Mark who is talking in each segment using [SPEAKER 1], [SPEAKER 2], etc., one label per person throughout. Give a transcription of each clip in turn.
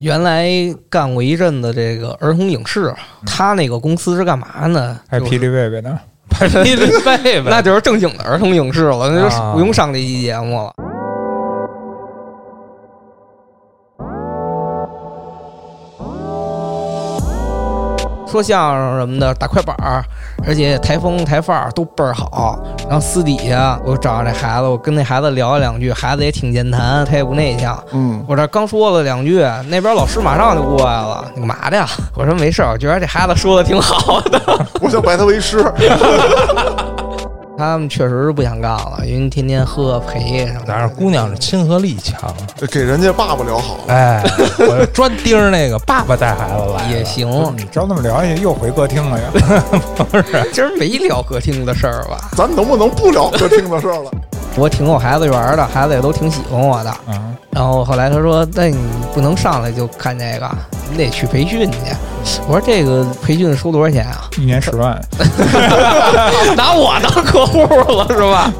[SPEAKER 1] 原来干过一阵子这个儿童影视，他那个公司是干嘛呢？
[SPEAKER 2] 还
[SPEAKER 1] 嗯
[SPEAKER 2] 是
[SPEAKER 1] 就是
[SPEAKER 2] 霹雳贝贝呢？
[SPEAKER 3] 霹雳贝贝，
[SPEAKER 1] 那就是正经的儿童影视了，那就
[SPEAKER 2] 啊
[SPEAKER 1] 不用上这期节目了。说相声什么的，打快板儿，而且台风台范儿都倍儿好。然后私底下我找这孩子，我跟那孩子聊了两句，孩子也挺健谈，他也不内向。
[SPEAKER 4] 嗯，
[SPEAKER 1] 我这刚说了两句，那边老师马上就过来了，你干嘛的呀？我说没事儿，我觉得这孩子说的挺好的。
[SPEAKER 4] 我想拜他为师。
[SPEAKER 1] 他们确实是不想干了，因为天天喝陪什么
[SPEAKER 3] 但是
[SPEAKER 1] 的。
[SPEAKER 3] 姑娘是亲和力 强，
[SPEAKER 4] 给人家爸爸聊好了，
[SPEAKER 3] 哎，我专盯着那个爸爸带孩子来了
[SPEAKER 1] 也，行，
[SPEAKER 2] 你照那么聊下去，又回歌厅了 呀？
[SPEAKER 1] 今儿没聊歌厅的事儿吧？
[SPEAKER 4] 咱能不能不聊歌厅的事儿了？
[SPEAKER 1] 我挺有孩子缘儿的，孩子也都挺喜欢我的。
[SPEAKER 2] 啊，
[SPEAKER 1] 然后后来他说：“那你不能上来就看这个，你得去培训去。”我说：“这个培训收多少钱啊？
[SPEAKER 2] 一年十万，
[SPEAKER 1] 拿我当客户了是吧？”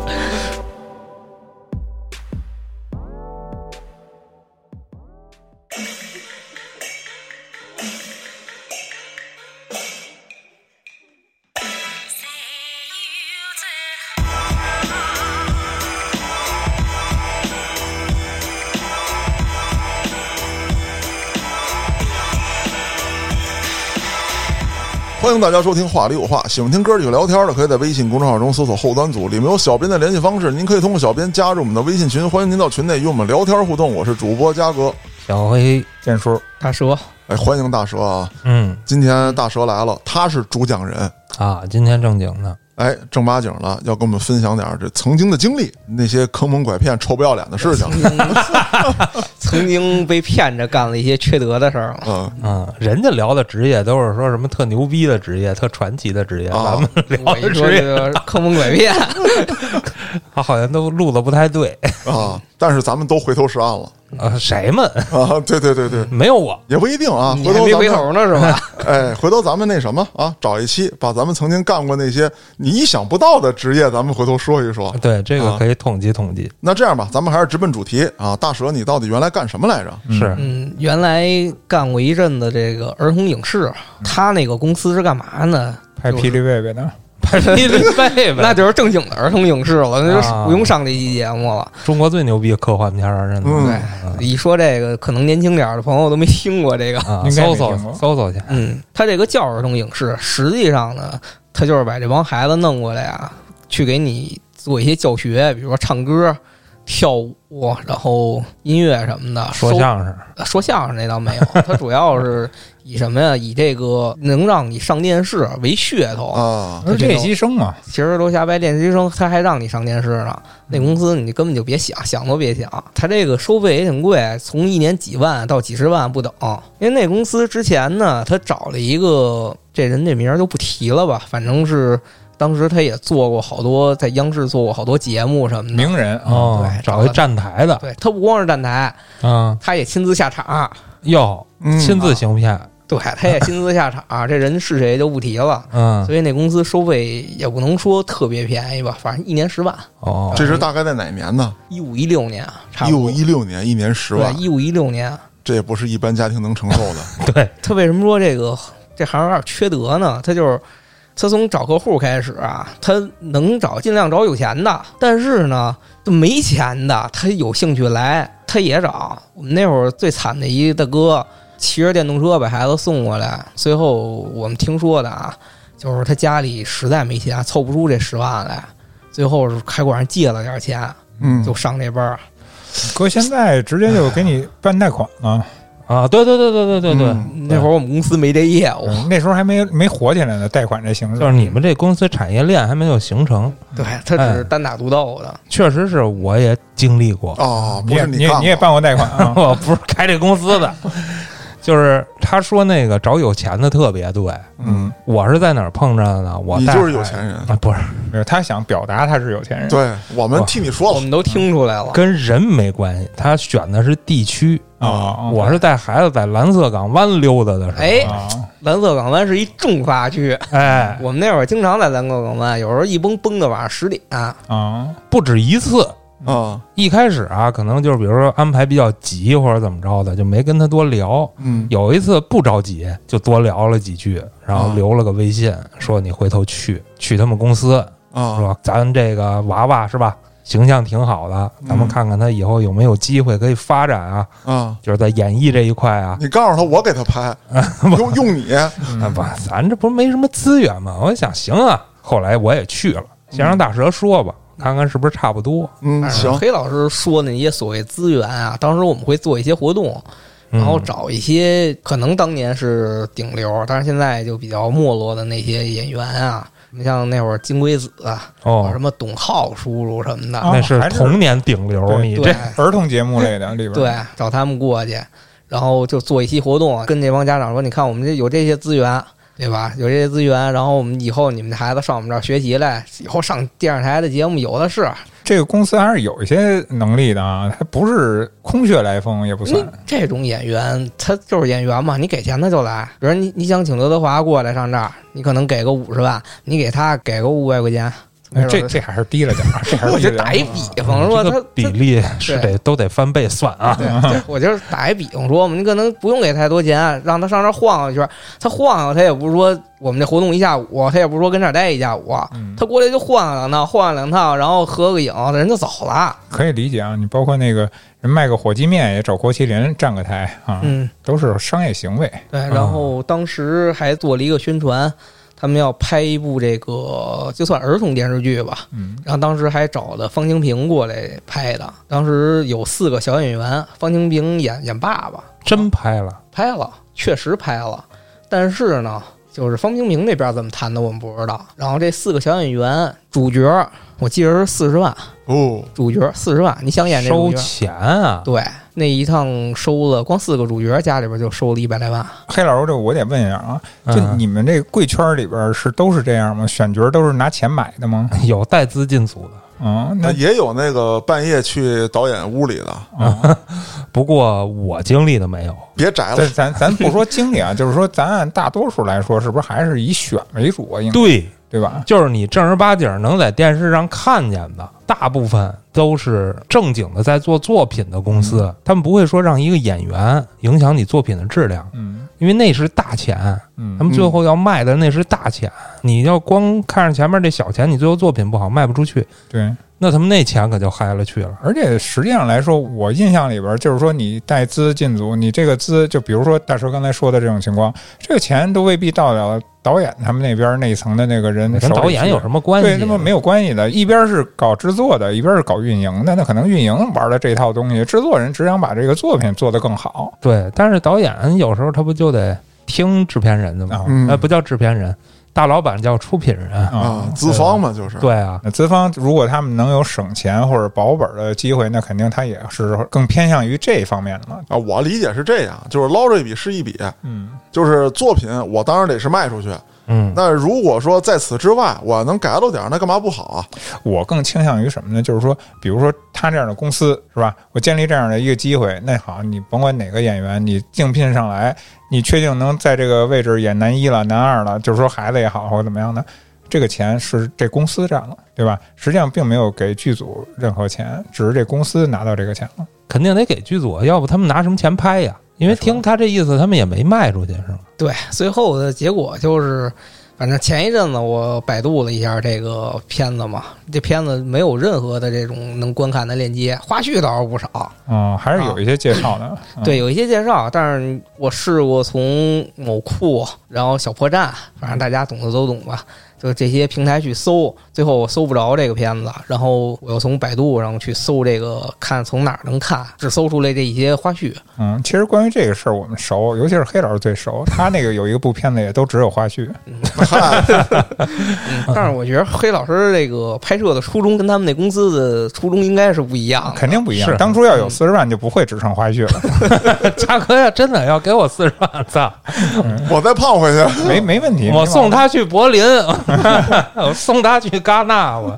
[SPEAKER 4] 欢迎大家收听《话里有话》，喜欢听哥几个聊天的，可以在微信公众号中搜索“后端组”，里面有小编的联系方式，您可以通过小编加入我们的微信群，欢迎您到群内与我们聊天互动。我是主播嘉哥，
[SPEAKER 3] 小黑，
[SPEAKER 2] 建叔，
[SPEAKER 1] 他说
[SPEAKER 4] 哎，欢迎大蛇啊！
[SPEAKER 3] 嗯
[SPEAKER 4] 今天大蛇来了，他是主讲人，
[SPEAKER 3] 啊，今天正经的，
[SPEAKER 4] 哎，正八经了，要跟我们分享点儿这曾经的经历，那些坑蒙拐骗、臭不要脸的事情
[SPEAKER 1] 曾经曾经被骗着干了一些缺德的事儿嘛。
[SPEAKER 4] 嗯
[SPEAKER 3] 嗯，人家聊的职业都是说什么特牛逼的职业、特传奇的职业，
[SPEAKER 4] 啊
[SPEAKER 3] 咱们聊
[SPEAKER 1] 哦我一
[SPEAKER 3] 的
[SPEAKER 1] 说
[SPEAKER 3] 职
[SPEAKER 1] 这
[SPEAKER 3] 业，
[SPEAKER 1] 个坑蒙拐骗，
[SPEAKER 3] 他好像都录的不太对
[SPEAKER 4] 啊，但是咱们都回头是岸了
[SPEAKER 3] 啊，谁们
[SPEAKER 4] 啊！对对对对，
[SPEAKER 3] 没有我，
[SPEAKER 4] 也不一定啊，
[SPEAKER 1] 你
[SPEAKER 4] 回
[SPEAKER 1] 还
[SPEAKER 4] 头
[SPEAKER 1] 没
[SPEAKER 4] 咱
[SPEAKER 1] 回
[SPEAKER 4] 们
[SPEAKER 1] 头嗯呢是 吧？
[SPEAKER 4] 哎，回头咱们那什么啊，找一期把咱们曾经干过那些你意想不到的职业，咱们回头说一
[SPEAKER 1] 嗯
[SPEAKER 4] 说。
[SPEAKER 3] 对这个
[SPEAKER 4] 啊
[SPEAKER 3] 可以统计统计，
[SPEAKER 4] 那这样吧，咱们还是直奔主题啊，大蛇，你到底原来干什么来着？
[SPEAKER 3] 是
[SPEAKER 1] 嗯，原来干过一阵子这个儿童影视，他那个公司是干嘛呢？
[SPEAKER 2] 拍霹雳贝贝 呢？
[SPEAKER 3] 霹雳贝贝，
[SPEAKER 1] 那就是正经的儿童影视了，那就
[SPEAKER 3] 啊
[SPEAKER 1] 不用上这期节目了。
[SPEAKER 3] 中国最牛逼的科幻片儿，真的。
[SPEAKER 4] 嗯
[SPEAKER 1] 对，一说这个，可能年轻点儿的朋友都没听过这个。
[SPEAKER 3] 啊，
[SPEAKER 2] 应该
[SPEAKER 3] 搜
[SPEAKER 2] 没
[SPEAKER 3] 搜
[SPEAKER 2] 听过
[SPEAKER 3] 搜搜去，
[SPEAKER 1] 嗯，他这个叫儿童影视，实际上呢，他就是把这帮孩子弄过来啊，去给你做一些教学，比如说唱歌、跳舞，然后音乐什么的，
[SPEAKER 3] 说
[SPEAKER 1] 收
[SPEAKER 3] 相声，
[SPEAKER 1] 说相声那倒没有，它主要是以什么呀？以这个能让你上电视为噱头。
[SPEAKER 4] 啊，
[SPEAKER 2] 那是练习生嘛，
[SPEAKER 1] 其实楼下白练习生他还让你上电视呢，那公司你根本就别想，想都别想。他这个收费也挺贵，从一年几万到几十万不等。因为那公司之前呢，他找了一个这人这名儿就不提了吧，反正是当时他也做过好多在央视做过好多节目什么的。
[SPEAKER 2] 名人啊，
[SPEAKER 3] 哦
[SPEAKER 1] 对，
[SPEAKER 3] 找一站台的，
[SPEAKER 1] 对他不光是站台，
[SPEAKER 3] 啊，
[SPEAKER 1] 他也亲自下场。
[SPEAKER 3] 哟，
[SPEAKER 4] 嗯
[SPEAKER 3] 亲自行骗，
[SPEAKER 1] 对，他 也亲自下场、啊这人是谁就不提了。
[SPEAKER 3] 嗯，
[SPEAKER 1] 所以那公司收费也不能说特别便宜吧，反正一年十万，
[SPEAKER 3] 哦，
[SPEAKER 4] 这是大概在哪年呢？
[SPEAKER 1] 一五一六年啊，差
[SPEAKER 4] 一
[SPEAKER 1] 不多
[SPEAKER 4] 五一六年，一年十万
[SPEAKER 1] 对，，一五一六年。啊
[SPEAKER 4] 这也不是一般家庭能承受 的。
[SPEAKER 3] 对，
[SPEAKER 1] 他为什么说这个这行有点缺德呢？他就是他从找客户开始啊，他能找尽量找有钱的，但是呢，就没钱的他有兴趣来，他也找。我们那会儿最惨的一大哥骑着电动车把孩子送过来，最后我们听说的啊，就是他家里实在没钱，凑不出这十万来。最后是还管人借了点钱，
[SPEAKER 4] 嗯，
[SPEAKER 1] 就上这班儿。
[SPEAKER 2] 搁现在直接就给你办贷款了。
[SPEAKER 3] 啊，对对对对对对对，
[SPEAKER 4] 嗯
[SPEAKER 1] 那会儿我们公司没这业务，
[SPEAKER 2] 嗯那时候还没没火起来呢，贷款这形式
[SPEAKER 3] 就是你们这公司产业链还没有形成，
[SPEAKER 1] 对他只是单打独斗的。
[SPEAKER 3] 确实是我也经历过，
[SPEAKER 4] 哦，
[SPEAKER 2] 你
[SPEAKER 4] 不
[SPEAKER 2] 也
[SPEAKER 4] 是
[SPEAKER 2] 你也
[SPEAKER 4] 干
[SPEAKER 2] 你也
[SPEAKER 4] 过
[SPEAKER 2] 办过贷款 啊？
[SPEAKER 4] 哦
[SPEAKER 3] 我不是开这公司 的，就是他说那个找有钱的特别对，
[SPEAKER 4] 嗯，
[SPEAKER 3] 我是在哪儿碰着的呢？我
[SPEAKER 4] 你
[SPEAKER 3] 带
[SPEAKER 4] 就是有
[SPEAKER 3] 孩
[SPEAKER 4] 钱 人。
[SPEAKER 3] 啊，不是
[SPEAKER 2] 没有，他想表达他是有钱人。
[SPEAKER 4] 对我们替你说
[SPEAKER 1] 我
[SPEAKER 4] 了，
[SPEAKER 1] 们都听出来了，
[SPEAKER 3] 跟人没关系，他选的是地区，
[SPEAKER 4] 哦
[SPEAKER 2] 啊，啊
[SPEAKER 3] 哦我是带孩子在蓝色港湾溜达的时候，
[SPEAKER 1] 哎，
[SPEAKER 2] 啊，
[SPEAKER 1] 蓝色港湾是一重发区，
[SPEAKER 3] 哎，
[SPEAKER 1] 我们那会儿经常在蓝色港湾，有时候一崩崩到晚上十点、
[SPEAKER 2] 啊，
[SPEAKER 3] 不止一次，
[SPEAKER 4] 啊，
[SPEAKER 3] 一开始啊，可能就是比如说安排比较急或者怎么着的，就没跟他多聊。
[SPEAKER 4] 嗯，
[SPEAKER 3] 有一次不着急，就多聊了几句，然后
[SPEAKER 4] 啊
[SPEAKER 3] 留了个微信，说你回头去去他们公司，是
[SPEAKER 4] 啊，
[SPEAKER 3] 吧？咱这个娃娃是吧，形象挺好的，咱们
[SPEAKER 4] 嗯
[SPEAKER 3] 看看他以后有没有机会可以发展啊，
[SPEAKER 4] 啊，
[SPEAKER 3] 就是在演艺这一块啊。
[SPEAKER 4] 你告诉他，我给他 拍，用用你，
[SPEAKER 3] 啊不，咱这不是没什么资源吗？我想行啊，后来我也去了，先让大蛇说吧，看看是不是差不多。
[SPEAKER 4] 嗯，行，
[SPEAKER 1] 黑老师说那些所谓资源啊，当时我们会做一些活动，
[SPEAKER 3] 嗯
[SPEAKER 1] 然后找一些可能当年是顶流，但是现在就比较没落的那些演员啊，你像那会儿金龟子啊，
[SPEAKER 3] 哦
[SPEAKER 1] 什，么董浩叔叔什么的，
[SPEAKER 2] 啊
[SPEAKER 3] 那是
[SPEAKER 2] 还是
[SPEAKER 3] 童年顶流，
[SPEAKER 2] 对
[SPEAKER 3] 你
[SPEAKER 1] 对
[SPEAKER 3] 这
[SPEAKER 2] 儿童节目类的里边，
[SPEAKER 1] 对，找他们过去，然后就做一期活动，跟这帮家长说，你看我们这有这些资源。对吧？有这些资源，然后我们以后你们的孩子上我们这儿学习来，以后上电视台的节目有的是。
[SPEAKER 2] 这个公司还是有一些能力的啊，它不是空穴来风，也不
[SPEAKER 1] 你
[SPEAKER 2] 算。
[SPEAKER 1] 这种演员，他就是演员嘛，你给钱他就来。比如你你想请刘德华过来上这儿，你可能给个五十万，你给他给个五百块钱，没
[SPEAKER 2] 哎
[SPEAKER 1] 准
[SPEAKER 2] 这嗯这还是低了点儿，这还是
[SPEAKER 1] 我
[SPEAKER 2] 低
[SPEAKER 1] 就
[SPEAKER 2] 了点
[SPEAKER 1] 打
[SPEAKER 2] 儿
[SPEAKER 1] 一比方说
[SPEAKER 3] 嗯这
[SPEAKER 1] 他
[SPEAKER 3] 个比
[SPEAKER 1] 他
[SPEAKER 3] 例是得都得翻倍算啊。
[SPEAKER 1] 对，对我就是打一比方说，我们可能不用给太多钱，啊让他上这儿晃悠一圈儿，他晃悠他也不是说我们这活动一下午，他也不是说跟这儿待一下午，啊
[SPEAKER 2] 嗯
[SPEAKER 1] 他过来就晃悠两趟，晃悠两趟，然后合个影，人就走了。
[SPEAKER 2] 可以理解啊。你包括那个人卖个火鸡面也找郭麒麟站个台啊，
[SPEAKER 1] 嗯，
[SPEAKER 2] 都是商业行为。
[SPEAKER 1] 对，然后当时还做了一个宣传，他们要拍一部这个就算儿童电视剧吧。
[SPEAKER 2] 嗯，
[SPEAKER 1] 然后当时还找的方清平过来拍的，当时有四个小演员，方清平演演爸爸，
[SPEAKER 3] 真拍了，
[SPEAKER 1] 拍了，确实拍了，但是呢，就是方清平那边怎么谈的我们不知道。然后这四个小演员，主角我记得是四十万，
[SPEAKER 4] 哦，
[SPEAKER 1] 主角四十万，你想演这主角？
[SPEAKER 3] 收钱啊！
[SPEAKER 1] 对，那一趟收了光四个主角，家里边就收了一百来万。
[SPEAKER 2] 黑老师，这我得问一下啊，就
[SPEAKER 3] 嗯
[SPEAKER 2] 你们这贵圈里边是都是这样吗？选角都是拿钱买的吗？
[SPEAKER 3] 有带资进组的，
[SPEAKER 2] 嗯，那
[SPEAKER 4] 那也有那个半夜去导演屋里的，
[SPEAKER 2] 啊，
[SPEAKER 3] 不过我经历的没有。
[SPEAKER 4] 别宅了
[SPEAKER 2] 咱，咱咱不说经理啊，就是说咱按大多数来说，是不是还是以选为主
[SPEAKER 1] 嗯
[SPEAKER 2] 啊？应该
[SPEAKER 3] 对，
[SPEAKER 2] 对吧？
[SPEAKER 3] 就是你正儿八经儿能在电视上看见的，大部分都是正经的在做作品的公司，
[SPEAKER 1] 嗯
[SPEAKER 3] 他们不会说让一个演员影响你作品的质量，
[SPEAKER 2] 嗯
[SPEAKER 3] 因为那是大钱，他
[SPEAKER 2] 嗯
[SPEAKER 3] 们最后要卖的那是大钱。你要光看着前面这小钱，你最后作品不好卖不出去，
[SPEAKER 2] 对。
[SPEAKER 3] 那他们那钱可就嗨了去了。
[SPEAKER 2] 而且实际上来说，我印象里边就是说，你带资进组，你这个资，就比如说大蛇刚才说的这种情况，这个钱都未必到了导演他们那边那一层的那个人
[SPEAKER 3] 跟
[SPEAKER 2] 手里
[SPEAKER 3] 导演
[SPEAKER 2] 去
[SPEAKER 3] 有什么关系？
[SPEAKER 2] 对，那么没有关系的。一边是搞制作的，一边是搞运营的，那可能运营玩了这套东西，制作人只想把这个作品做得更好
[SPEAKER 3] 对，但是导演有时候他不就得听制片人的吗？
[SPEAKER 2] 啊
[SPEAKER 4] 嗯
[SPEAKER 3] 呃，不叫制片人，大老板叫出品人。
[SPEAKER 4] 啊
[SPEAKER 2] 啊。，
[SPEAKER 4] 资方嘛，就是，
[SPEAKER 3] 对啊，
[SPEAKER 2] 那资方如果他们能有省钱或者保本的机会，那肯定他也是更偏向于这方面的嘛。
[SPEAKER 4] 啊，我理解是这样，就是捞这一笔是一笔，
[SPEAKER 2] 嗯，
[SPEAKER 4] 就是作品我当然得是卖出去，
[SPEAKER 3] 嗯，
[SPEAKER 4] 那如果说在此之外我能改了点儿，那干嘛不好啊？
[SPEAKER 2] 我更倾向于什么呢？就是说，比如说他这样的公司是吧？我建立这样的一个机会，那好，你甭管哪个演员，你竞聘上来，你确定能在这个位置演男一了、男二了，就是说孩子也好或者怎么样的，这个钱是这公司占了，对吧？实际上并没有给剧组任何钱，只是这公司拿到这个钱了。
[SPEAKER 3] 肯定得给剧组，要不他们拿什么钱拍呀？因为听他这意思，他们也没卖出去，是吗？
[SPEAKER 1] 对，最后的结果就是，反正前一阵子我百度了一下这个片子嘛，这片子没有任何的这种能观看的链接，花絮倒是不少，
[SPEAKER 2] 嗯，还是有一些介绍的。嗯
[SPEAKER 1] 对，，有一些介绍，但是我试过从某库，然后小破站，反正大家懂的都懂吧。就这些平台去搜，最后我搜不着这个片子，然后我又从百度上去搜这个，看从哪儿能看，只搜出来这一些花絮。
[SPEAKER 2] 嗯，其实关于这个事儿我们熟，尤其是黑老师最熟，他那个有一个部片子也都只有花絮。
[SPEAKER 4] 嗨，
[SPEAKER 1] 嗯但是我觉得黑老师这个拍摄的初衷跟他们那公司的初衷应该是不一样的。
[SPEAKER 2] 肯定不一样。
[SPEAKER 3] 是
[SPEAKER 2] 当初要有四十万，就不会只剩花絮了，
[SPEAKER 3] 嘉哥呀，真的要给我四十万，操！
[SPEAKER 4] 我再胖回去，
[SPEAKER 2] 没没问题。没毛
[SPEAKER 3] 我
[SPEAKER 2] 病
[SPEAKER 3] 送他去柏林， 我送他去戛纳，我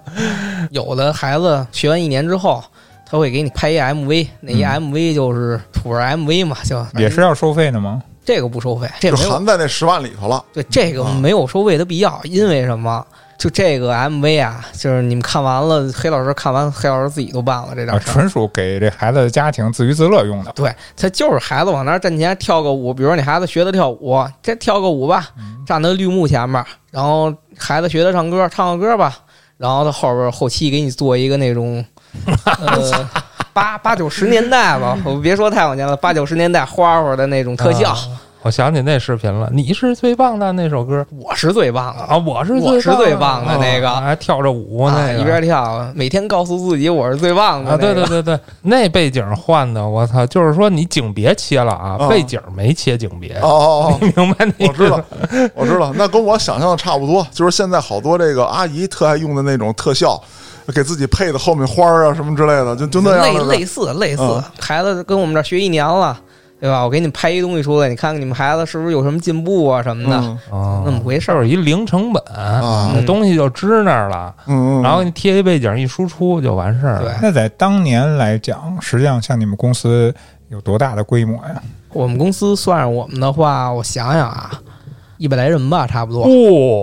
[SPEAKER 1] 有的孩子学完一年之后，他会给你拍一 MV，那一 MV 就是土味 MV 嘛，就
[SPEAKER 2] 也是要收费的吗？
[SPEAKER 1] 这个不收费，这
[SPEAKER 4] 就
[SPEAKER 1] 没有
[SPEAKER 4] 含在那十万里头了。
[SPEAKER 2] 嗯
[SPEAKER 1] 对这个没有收费的必要，因为什么？就这个 MV 啊，就是你们看完了，黑老师看完，黑老师自己都办了这
[SPEAKER 2] 啊，
[SPEAKER 1] 张事儿。
[SPEAKER 2] 纯属给这孩子的家庭自娱自乐
[SPEAKER 3] 啊
[SPEAKER 2] 用的。
[SPEAKER 1] 对他就是孩子往那儿站前跳个舞，比如说你孩子学他跳舞，这跳个舞吧，
[SPEAKER 2] 嗯
[SPEAKER 1] 站在绿幕前面，然后孩子学他唱歌，唱个歌吧，然后他后边后期给你做一个那 种，呃，八八九十年代吧，我别说太往前了，八九十年代花花的那种特效，
[SPEAKER 3] 啊我想起那视频了，你是最棒的那首歌
[SPEAKER 1] 我是最棒的。
[SPEAKER 3] 啊，我是
[SPEAKER 1] 我是最棒的
[SPEAKER 3] 啊
[SPEAKER 1] 那个
[SPEAKER 3] 还跳着舞
[SPEAKER 1] 啊
[SPEAKER 3] 那个
[SPEAKER 1] 一边跳，每天告诉自己我是最棒的、
[SPEAKER 3] 啊，对对，对对，那背景换的，我操，就是说你景别切了啊，
[SPEAKER 4] 啊
[SPEAKER 3] 背景没切景别，
[SPEAKER 4] 哦哦
[SPEAKER 3] 你明白那
[SPEAKER 4] 哦，
[SPEAKER 3] 意
[SPEAKER 4] 我知
[SPEAKER 3] 思
[SPEAKER 4] 道
[SPEAKER 3] 吗？，
[SPEAKER 4] 我知道，那跟我想象的差不多，就是现在好多这个阿姨特爱用的那种特效，给自己配的后面花儿啊什么之类的，就就那样
[SPEAKER 1] 类
[SPEAKER 4] 的
[SPEAKER 1] 类似类似、
[SPEAKER 4] 嗯
[SPEAKER 1] 孩子跟我们这儿学一年了，对吧？我给你拍一东西出来，你看看你们孩子是不是有什么进步啊什么的，
[SPEAKER 4] 嗯
[SPEAKER 3] 哦
[SPEAKER 1] 那么回事
[SPEAKER 3] 就
[SPEAKER 1] 儿。嗯
[SPEAKER 3] 是一零成本，
[SPEAKER 4] 啊
[SPEAKER 3] 那东西就支那儿了，
[SPEAKER 4] 嗯嗯，
[SPEAKER 3] 然后你贴一背景一输出就完事儿
[SPEAKER 1] 对
[SPEAKER 3] 了。，
[SPEAKER 2] 那在当年来讲，实际上像你们公司有多大的规模呀？
[SPEAKER 1] 我们公司算上我们的话，我想想啊，一百来人吧，差不多。
[SPEAKER 4] 嗯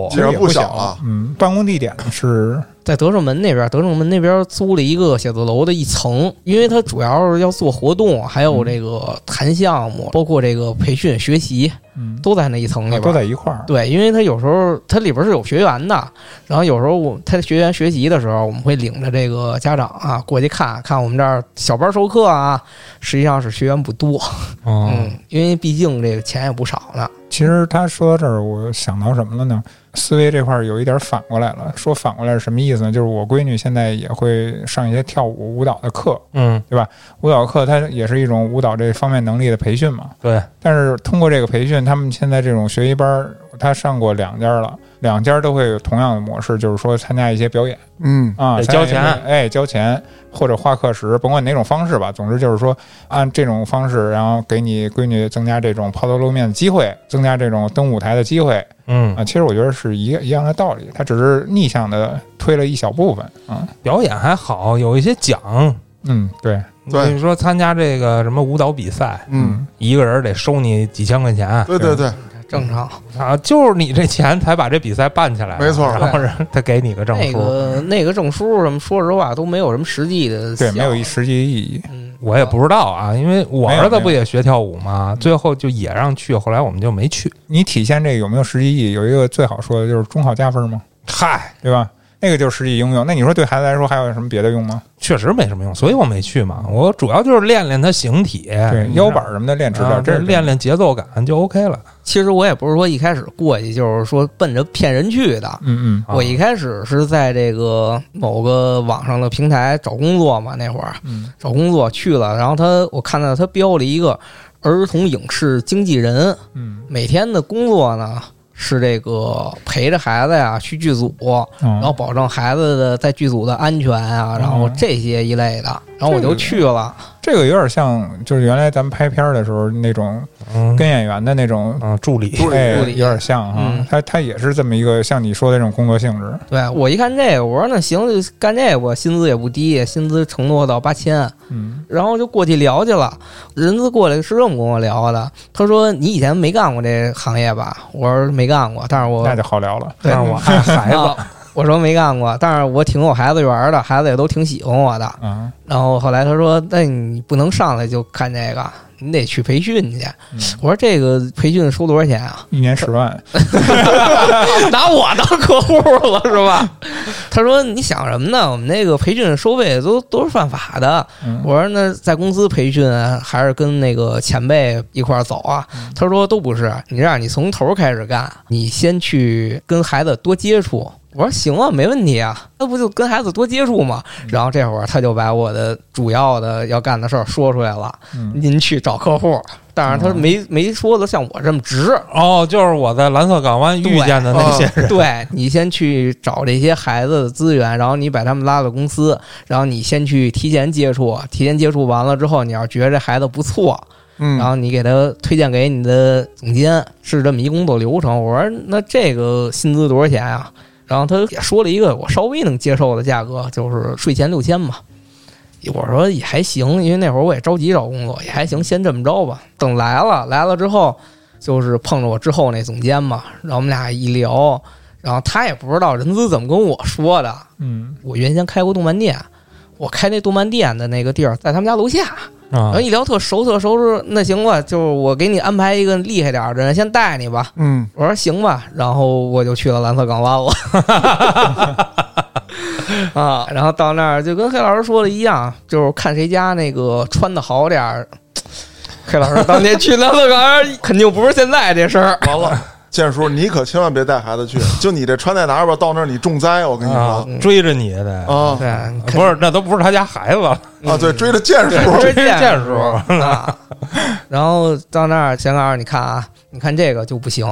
[SPEAKER 3] 哇
[SPEAKER 4] 其实
[SPEAKER 2] 也
[SPEAKER 4] 不
[SPEAKER 2] 小
[SPEAKER 4] 小了。
[SPEAKER 2] 嗯，办公地点是
[SPEAKER 1] 在德胜门那边，德胜门那边租了一个写字楼的一层，因为它主要是要做活动，还
[SPEAKER 4] 嗯
[SPEAKER 1] 有这个谈项目，包括这个培训学习，
[SPEAKER 2] 嗯，
[SPEAKER 1] 都在那一层里边。
[SPEAKER 2] 都在一块儿。
[SPEAKER 1] 对，因为他有时候他里边是有学员的，然后有时候我他学员学习的时候，我们会领着这个家长啊过去看看我们这儿小班授课啊，实际上是学员不多，
[SPEAKER 3] 哦
[SPEAKER 1] 嗯，因为毕竟这个钱也不少呢。
[SPEAKER 2] 其实他说到这儿，我想到什么了呢？思维这块儿有一点反过来了。说反过来是什么意思呢？就是我闺女现在也会上一些跳舞舞蹈的课，
[SPEAKER 3] 嗯，
[SPEAKER 2] 舞蹈课它也是一种舞蹈这方面能力的培训嘛。
[SPEAKER 3] 对，
[SPEAKER 2] 但是通过这个培训，他们现在这种学习班儿，他上过两家了，两家都会有同样的模式，就是说参加一些表演
[SPEAKER 4] 嗯
[SPEAKER 2] 啊，
[SPEAKER 3] 得
[SPEAKER 2] 参
[SPEAKER 3] 交
[SPEAKER 2] 加一些
[SPEAKER 3] 钱
[SPEAKER 2] 哎，交钱或者花课时，甭管哪种方式吧，总之就是说按这种方式，然后给你闺女增加这种抛头露面的机会，增加这种登舞台的机会
[SPEAKER 3] 嗯
[SPEAKER 2] 啊。，其实我觉得是一个一样的道理，它只是逆向的推了一小部分啊。
[SPEAKER 3] 表演还好，有一些奖。
[SPEAKER 2] 嗯，对，
[SPEAKER 4] 对
[SPEAKER 3] 你说参加这个什么舞蹈比赛，
[SPEAKER 4] 嗯，
[SPEAKER 3] 一个人得收你几千块钱
[SPEAKER 4] 对对对，
[SPEAKER 1] 正常，
[SPEAKER 3] 啊，就是你这钱才把这比赛办起来的，
[SPEAKER 4] 没错
[SPEAKER 3] 然后人他给你个证
[SPEAKER 1] 那
[SPEAKER 3] 书，
[SPEAKER 1] 个那个证书什么，说实话都没有什么实际的效
[SPEAKER 2] 对，
[SPEAKER 1] 益，
[SPEAKER 2] 没有一实际意义。
[SPEAKER 1] 嗯，
[SPEAKER 3] 我也不知道啊，因为我
[SPEAKER 2] 没有
[SPEAKER 3] 儿子
[SPEAKER 2] 没有
[SPEAKER 3] 不也学跳舞吗？最后就也让去，后来我们就没去。
[SPEAKER 2] 你体现这个有没有实际意义？有一个最好说的就是中考加分吗？
[SPEAKER 3] 嗨，
[SPEAKER 2] 对吧？那个就是实际应用。那你说对孩子来说还有什么别的用吗？
[SPEAKER 3] 确实没什么用，所以我没去嘛。我主要就是练练他形体，
[SPEAKER 2] 对，
[SPEAKER 3] 哎你
[SPEAKER 2] 腰
[SPEAKER 3] 知
[SPEAKER 2] 板什么的练直
[SPEAKER 3] 道吗，
[SPEAKER 2] 点，
[SPEAKER 3] 啊
[SPEAKER 2] 这
[SPEAKER 3] 这
[SPEAKER 2] 是
[SPEAKER 3] 练练节奏感就 OK 了。
[SPEAKER 1] 其实我也不是说一开始过去就是说奔着骗人去的，
[SPEAKER 3] 啊
[SPEAKER 2] 嗯
[SPEAKER 1] 我一开始是在这个某个网上的平台找工作嘛，那会儿
[SPEAKER 2] 嗯嗯
[SPEAKER 1] 找工作去了，然后他我看到他标了一个儿童影视经纪人，
[SPEAKER 2] 嗯
[SPEAKER 1] 每天的工作呢是这个陪着孩子呀去剧组，然后
[SPEAKER 2] 嗯，
[SPEAKER 1] 保证孩子的在剧组的安全啊，然后这些一类的，然后我就去了。
[SPEAKER 2] 这个有点像就是原来咱们拍片儿的时候那种
[SPEAKER 3] 嗯
[SPEAKER 2] 跟演员的那种。
[SPEAKER 3] 嗯助理，
[SPEAKER 2] 哎，
[SPEAKER 1] 助理
[SPEAKER 2] 有点像哈
[SPEAKER 1] 嗯，
[SPEAKER 2] 他他也是这么一个像你说的这种工作性质，
[SPEAKER 1] 对我一看这个，我说那行就干这个吧，薪资也不低，薪资承诺到八千，
[SPEAKER 2] 嗯，
[SPEAKER 1] 然后就过去聊去了。人资过来是这么跟我聊的，他说你以前没干过这行业吧？我说没干过，但是我
[SPEAKER 2] 那就好聊了。
[SPEAKER 1] 嗯
[SPEAKER 2] 嗯
[SPEAKER 1] 对
[SPEAKER 3] 但是我爱孩 子，
[SPEAKER 1] 啊我说没干过，但是我挺有孩子缘儿的，孩子也都挺喜欢我的。
[SPEAKER 2] 啊，
[SPEAKER 1] 然后后来他说，那你不能上来就干这个，你得去培训去。
[SPEAKER 2] 嗯
[SPEAKER 1] 我说这个培训收多少钱啊？
[SPEAKER 2] 一年十万，
[SPEAKER 1] 拿我当客户了是吧？ 他说你想什么呢？我们那个培训收费都都是犯法的。
[SPEAKER 2] 嗯
[SPEAKER 1] 我说那在公司培训还是跟那个前辈一块儿走啊？他说都不是，你让你从头开始干，你先去跟孩子多接触。我说行啊，没问题啊，那不就跟孩子多接触吗？然后这会儿他就把我的主要的要干的事儿说出来了，
[SPEAKER 2] 嗯
[SPEAKER 1] 您去找客户。当然他没没说的像我这么直，
[SPEAKER 3] 哦，就是我在蓝色港湾遇见的那些人，
[SPEAKER 1] 对你先去找这些孩子的资源，然后你把他们拉到公司，然后你先去提前接触，提前接触完了之后，你要觉得这孩子不错，然
[SPEAKER 4] 嗯，
[SPEAKER 1] 后你给他推荐给你的总监，是这么一工作流程。我说那这个薪资多少钱啊？然后他也说了一个我稍微能接受的价格，就是税前六千嘛。我说也还行，因为那会儿我也着急找工作，也还行，先这么着吧。等来了，来了之后就是碰着我之后那总监嘛，然后我们俩一聊，然后他也不知道人资怎么跟我说的。
[SPEAKER 2] 嗯
[SPEAKER 1] 我原先开过动漫店，我开那动漫店的那个地儿在他们家楼下。然
[SPEAKER 3] 啊
[SPEAKER 1] 后，一聊特熟特熟，说那行吧，就是我给你安排一个厉害点儿的人，先带你吧。
[SPEAKER 4] 嗯，
[SPEAKER 1] 我说行吧，然后我就去了蓝色港湾 了。啊，然后到那儿就跟黑老师说的一样，就是看谁家那个穿的好点儿。黑老师当年去蓝色港湾，肯定不是现在这事儿。
[SPEAKER 4] 完了。建叔，你可千万别带孩子去，就你这穿戴拿着吧，到那儿你重灾，我跟你
[SPEAKER 3] 啊
[SPEAKER 4] 说
[SPEAKER 3] 追着你得
[SPEAKER 4] 啊
[SPEAKER 1] 对，肯
[SPEAKER 3] 不是，那都不是他家孩子了，
[SPEAKER 4] 啊！对，追着建 叔，
[SPEAKER 1] 对，
[SPEAKER 3] 这是
[SPEAKER 1] 剑
[SPEAKER 3] 剑
[SPEAKER 1] 术
[SPEAKER 3] 术
[SPEAKER 1] 啊。然后到那儿，先告诉你看啊，你看这个就不行。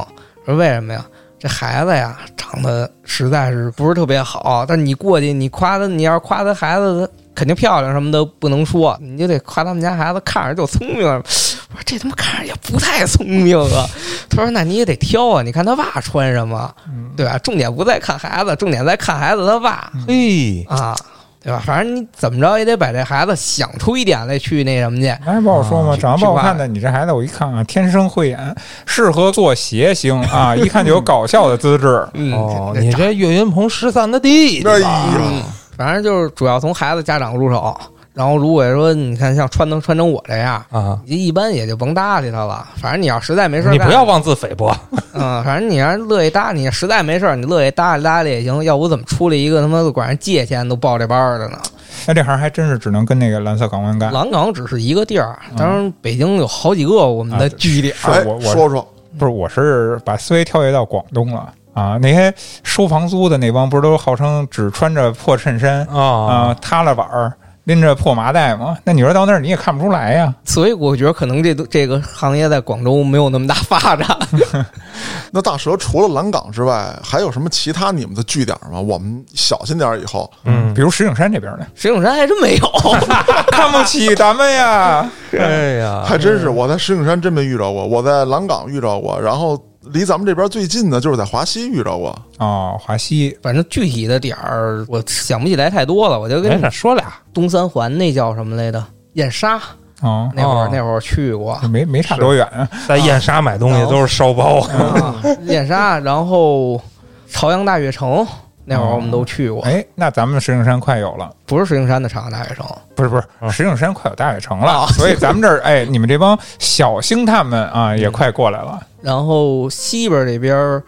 [SPEAKER 1] 说为什么呀？这孩子呀，长得实在是不是特别好。但你过去，你夸他，你要是夸他孩子，他肯定漂亮什么的不能说，你就得夸他们家孩子看着就聪明。我说这他妈看着也不太聪明啊。他说那你也得挑啊，你看他爸穿什么，
[SPEAKER 2] 嗯，
[SPEAKER 1] 对吧？重点不在看孩子，重点在看孩子他爸。
[SPEAKER 3] 嘿，
[SPEAKER 1] 啊，对吧？反正你怎么着也得把这孩子想出一点来去那什么去。
[SPEAKER 2] 还不好说嘛，
[SPEAKER 3] 啊
[SPEAKER 2] 长得不好看的，你这孩子我一看啊，天生慧眼，适合做谐星啊，一看就有搞笑的资质。
[SPEAKER 1] 嗯，
[SPEAKER 3] 哦，
[SPEAKER 1] 这
[SPEAKER 3] 你这岳云鹏失散的弟弟
[SPEAKER 4] 哎
[SPEAKER 3] 吧
[SPEAKER 1] 嗯
[SPEAKER 4] 呀，
[SPEAKER 1] 反正就是主要从孩子家长入手。然后如果说你看像穿成穿成我这样，
[SPEAKER 3] 啊，
[SPEAKER 1] 你一般也就甭搭理他了。反正你要实在没事儿
[SPEAKER 3] 你
[SPEAKER 1] 干，
[SPEAKER 3] 不要妄自菲薄，啊
[SPEAKER 1] 嗯，反正你要是乐意搭，你实在没事儿，你乐意搭理搭理也行。要不怎么出来一个他妈的管人借钱都报这班儿的呢？
[SPEAKER 2] 那这行还真是只能跟那个蓝色港湾干。
[SPEAKER 1] 蓝港只是一个地
[SPEAKER 3] 嗯
[SPEAKER 1] 儿，当然北京有好几个我们的
[SPEAKER 2] 啊
[SPEAKER 1] 据点。
[SPEAKER 2] 是
[SPEAKER 4] 哎，
[SPEAKER 2] 我我
[SPEAKER 4] 说说，
[SPEAKER 2] 不是，我是把思维跳跃到广东了啊！那些收房租的那帮不是都号称只穿着破衬衫啊、
[SPEAKER 3] 啊
[SPEAKER 2] 塌了板儿，拎着破麻袋吗？那你说到那儿你也看不出来呀。
[SPEAKER 1] 所以我觉得可能这都这个行业在广州没有那么大发展。
[SPEAKER 4] 那大蛇除了蓝港之外，还有什么其他你们的据点吗？我们小心点儿以后。
[SPEAKER 3] 嗯
[SPEAKER 2] 比，如石景山这边的，
[SPEAKER 1] 石景山还真没有，
[SPEAKER 2] 看不起咱们呀。
[SPEAKER 3] 哎呀，
[SPEAKER 4] 还真是，我在石景山真没遇着过，我在蓝港遇着过，然后离咱们这边最近的就是在华西遇着过。
[SPEAKER 2] 哦，华西
[SPEAKER 1] 反正具体的点儿我想不起来太多了。我就
[SPEAKER 3] 没
[SPEAKER 1] 跟
[SPEAKER 3] 事，说俩，
[SPEAKER 1] 东三环那叫什么来着，燕莎
[SPEAKER 2] 哦，啊
[SPEAKER 1] 那会儿
[SPEAKER 3] 哦
[SPEAKER 1] 那会儿去过
[SPEAKER 2] 没没差多远啊。
[SPEAKER 3] 在燕莎买东西都是烧包，
[SPEAKER 1] 啊，燕莎，然后朝阳大悦城那会儿我们都去过，
[SPEAKER 2] 哎，那咱们石景山快有了。
[SPEAKER 1] 不是石景山的朝阳大悦城，
[SPEAKER 2] 不是不
[SPEAKER 3] 啊
[SPEAKER 2] 是，石景山快有大悦城了
[SPEAKER 1] 嗯啊，
[SPEAKER 2] 所以咱们这儿哎，你们这帮小星探们啊，也快过来了。
[SPEAKER 1] 然后西边这边儿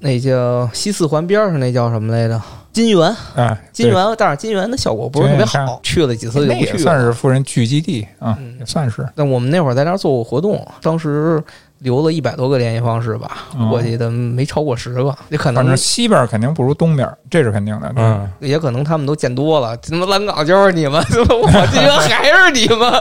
[SPEAKER 1] 那叫西四环边儿上那叫什么来着？金源，
[SPEAKER 2] 啊，
[SPEAKER 1] 金
[SPEAKER 2] 对
[SPEAKER 1] 源，但是金源的效果不是特别
[SPEAKER 2] 金源
[SPEAKER 1] 好
[SPEAKER 2] 山，
[SPEAKER 1] 去了几次就
[SPEAKER 2] 那
[SPEAKER 1] 不
[SPEAKER 2] 也
[SPEAKER 1] 去了
[SPEAKER 2] 算。是富人聚集地啊，
[SPEAKER 1] 嗯
[SPEAKER 2] 也算是。
[SPEAKER 1] 那我们那会儿在那儿做过活动，当时留了一百多个联系方式吧，
[SPEAKER 2] 嗯
[SPEAKER 1] 我记得没超过十个，也可
[SPEAKER 2] 反正
[SPEAKER 1] 能
[SPEAKER 2] 西边肯定不如东边，这是肯定的。
[SPEAKER 3] 嗯，
[SPEAKER 1] 也可能他们都见多了，怎么蓝港就是你们， 怎么我这边还是你们？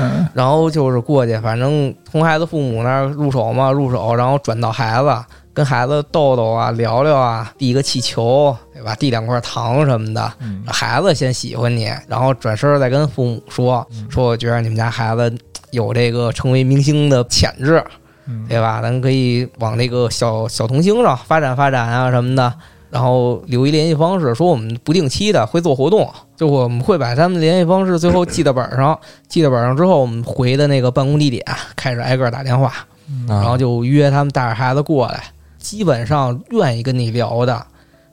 [SPEAKER 2] 嗯，
[SPEAKER 1] 然后就是过去，反正从孩子父母那儿入手嘛，入手，然后转到孩子，跟孩子逗逗啊，聊聊啊，递一个气球，对吧？递两块糖什么的，
[SPEAKER 2] 嗯
[SPEAKER 1] 孩子先喜欢你，然后转身再跟父母说，
[SPEAKER 2] 嗯
[SPEAKER 1] 说我觉得你们家孩子有这个成为明星的潜质，
[SPEAKER 2] 嗯
[SPEAKER 1] 对吧？咱可以往那个小小童星上发展发展啊什么的。然后留一联系方式，说我们不定期的会做活动，就我们会把他们的联系方式最后记到本儿上，记到本儿上之后，我们回的那个办公地点开始挨个儿打电话，
[SPEAKER 3] 啊
[SPEAKER 1] 然后就约他们带着孩子过来，基本上愿意跟你聊的，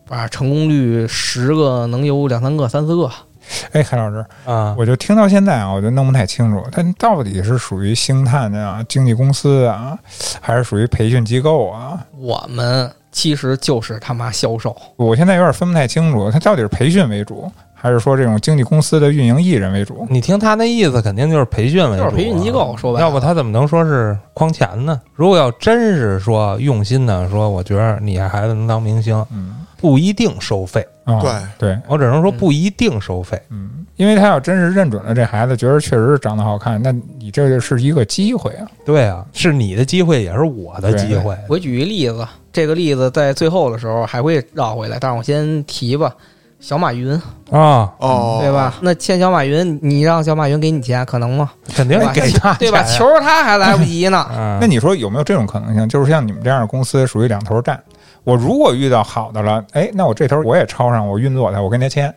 [SPEAKER 1] 把成功率十个能有两三个、三四个。
[SPEAKER 2] 哎，海老师，
[SPEAKER 3] 啊，
[SPEAKER 2] 我就听到现在啊，我就弄不太清楚，他到底是属于星探啊、经纪公司啊，还是属于培训机构啊？
[SPEAKER 1] 我们其实就是他妈销 售，
[SPEAKER 2] 我现在有点分不太清楚，他到底是培训为主，还是说这种经纪公司的运营艺人为主？
[SPEAKER 3] 你听他那意思，肯定就是培训为主啊，
[SPEAKER 1] 就是培训机构说白了
[SPEAKER 3] 要不他怎么能说是诓钱呢？如果要真是说用心的说，我觉得你孩子能当明星，
[SPEAKER 2] 嗯，
[SPEAKER 3] 不一定收费，
[SPEAKER 2] 啊、
[SPEAKER 4] 对
[SPEAKER 2] 对，
[SPEAKER 3] 我只能说不一定收费。
[SPEAKER 2] 嗯，因为他要真是认准了这孩子，觉得确实是长得好看，那你这就是一个机会啊。
[SPEAKER 3] 对啊，是你的机会，也是我的机会。
[SPEAKER 1] 我举一例子，这个例子在最后的时候还会绕回来，但是我先提吧。小马云，
[SPEAKER 3] 啊，
[SPEAKER 4] 哦，
[SPEAKER 1] 对？吧？那欠小马云，你让小马云给你钱，可能吗？
[SPEAKER 3] 肯定
[SPEAKER 1] 哎
[SPEAKER 3] 给他
[SPEAKER 1] 对吧？
[SPEAKER 3] 钱
[SPEAKER 1] 求他还来不及呢。
[SPEAKER 3] 啊，
[SPEAKER 2] 那你说有没有这种可能性？就是像你们这样的公司属于两头站。我如果遇到好的了，哎，那我这头我也抄上，我运作它，我跟他签。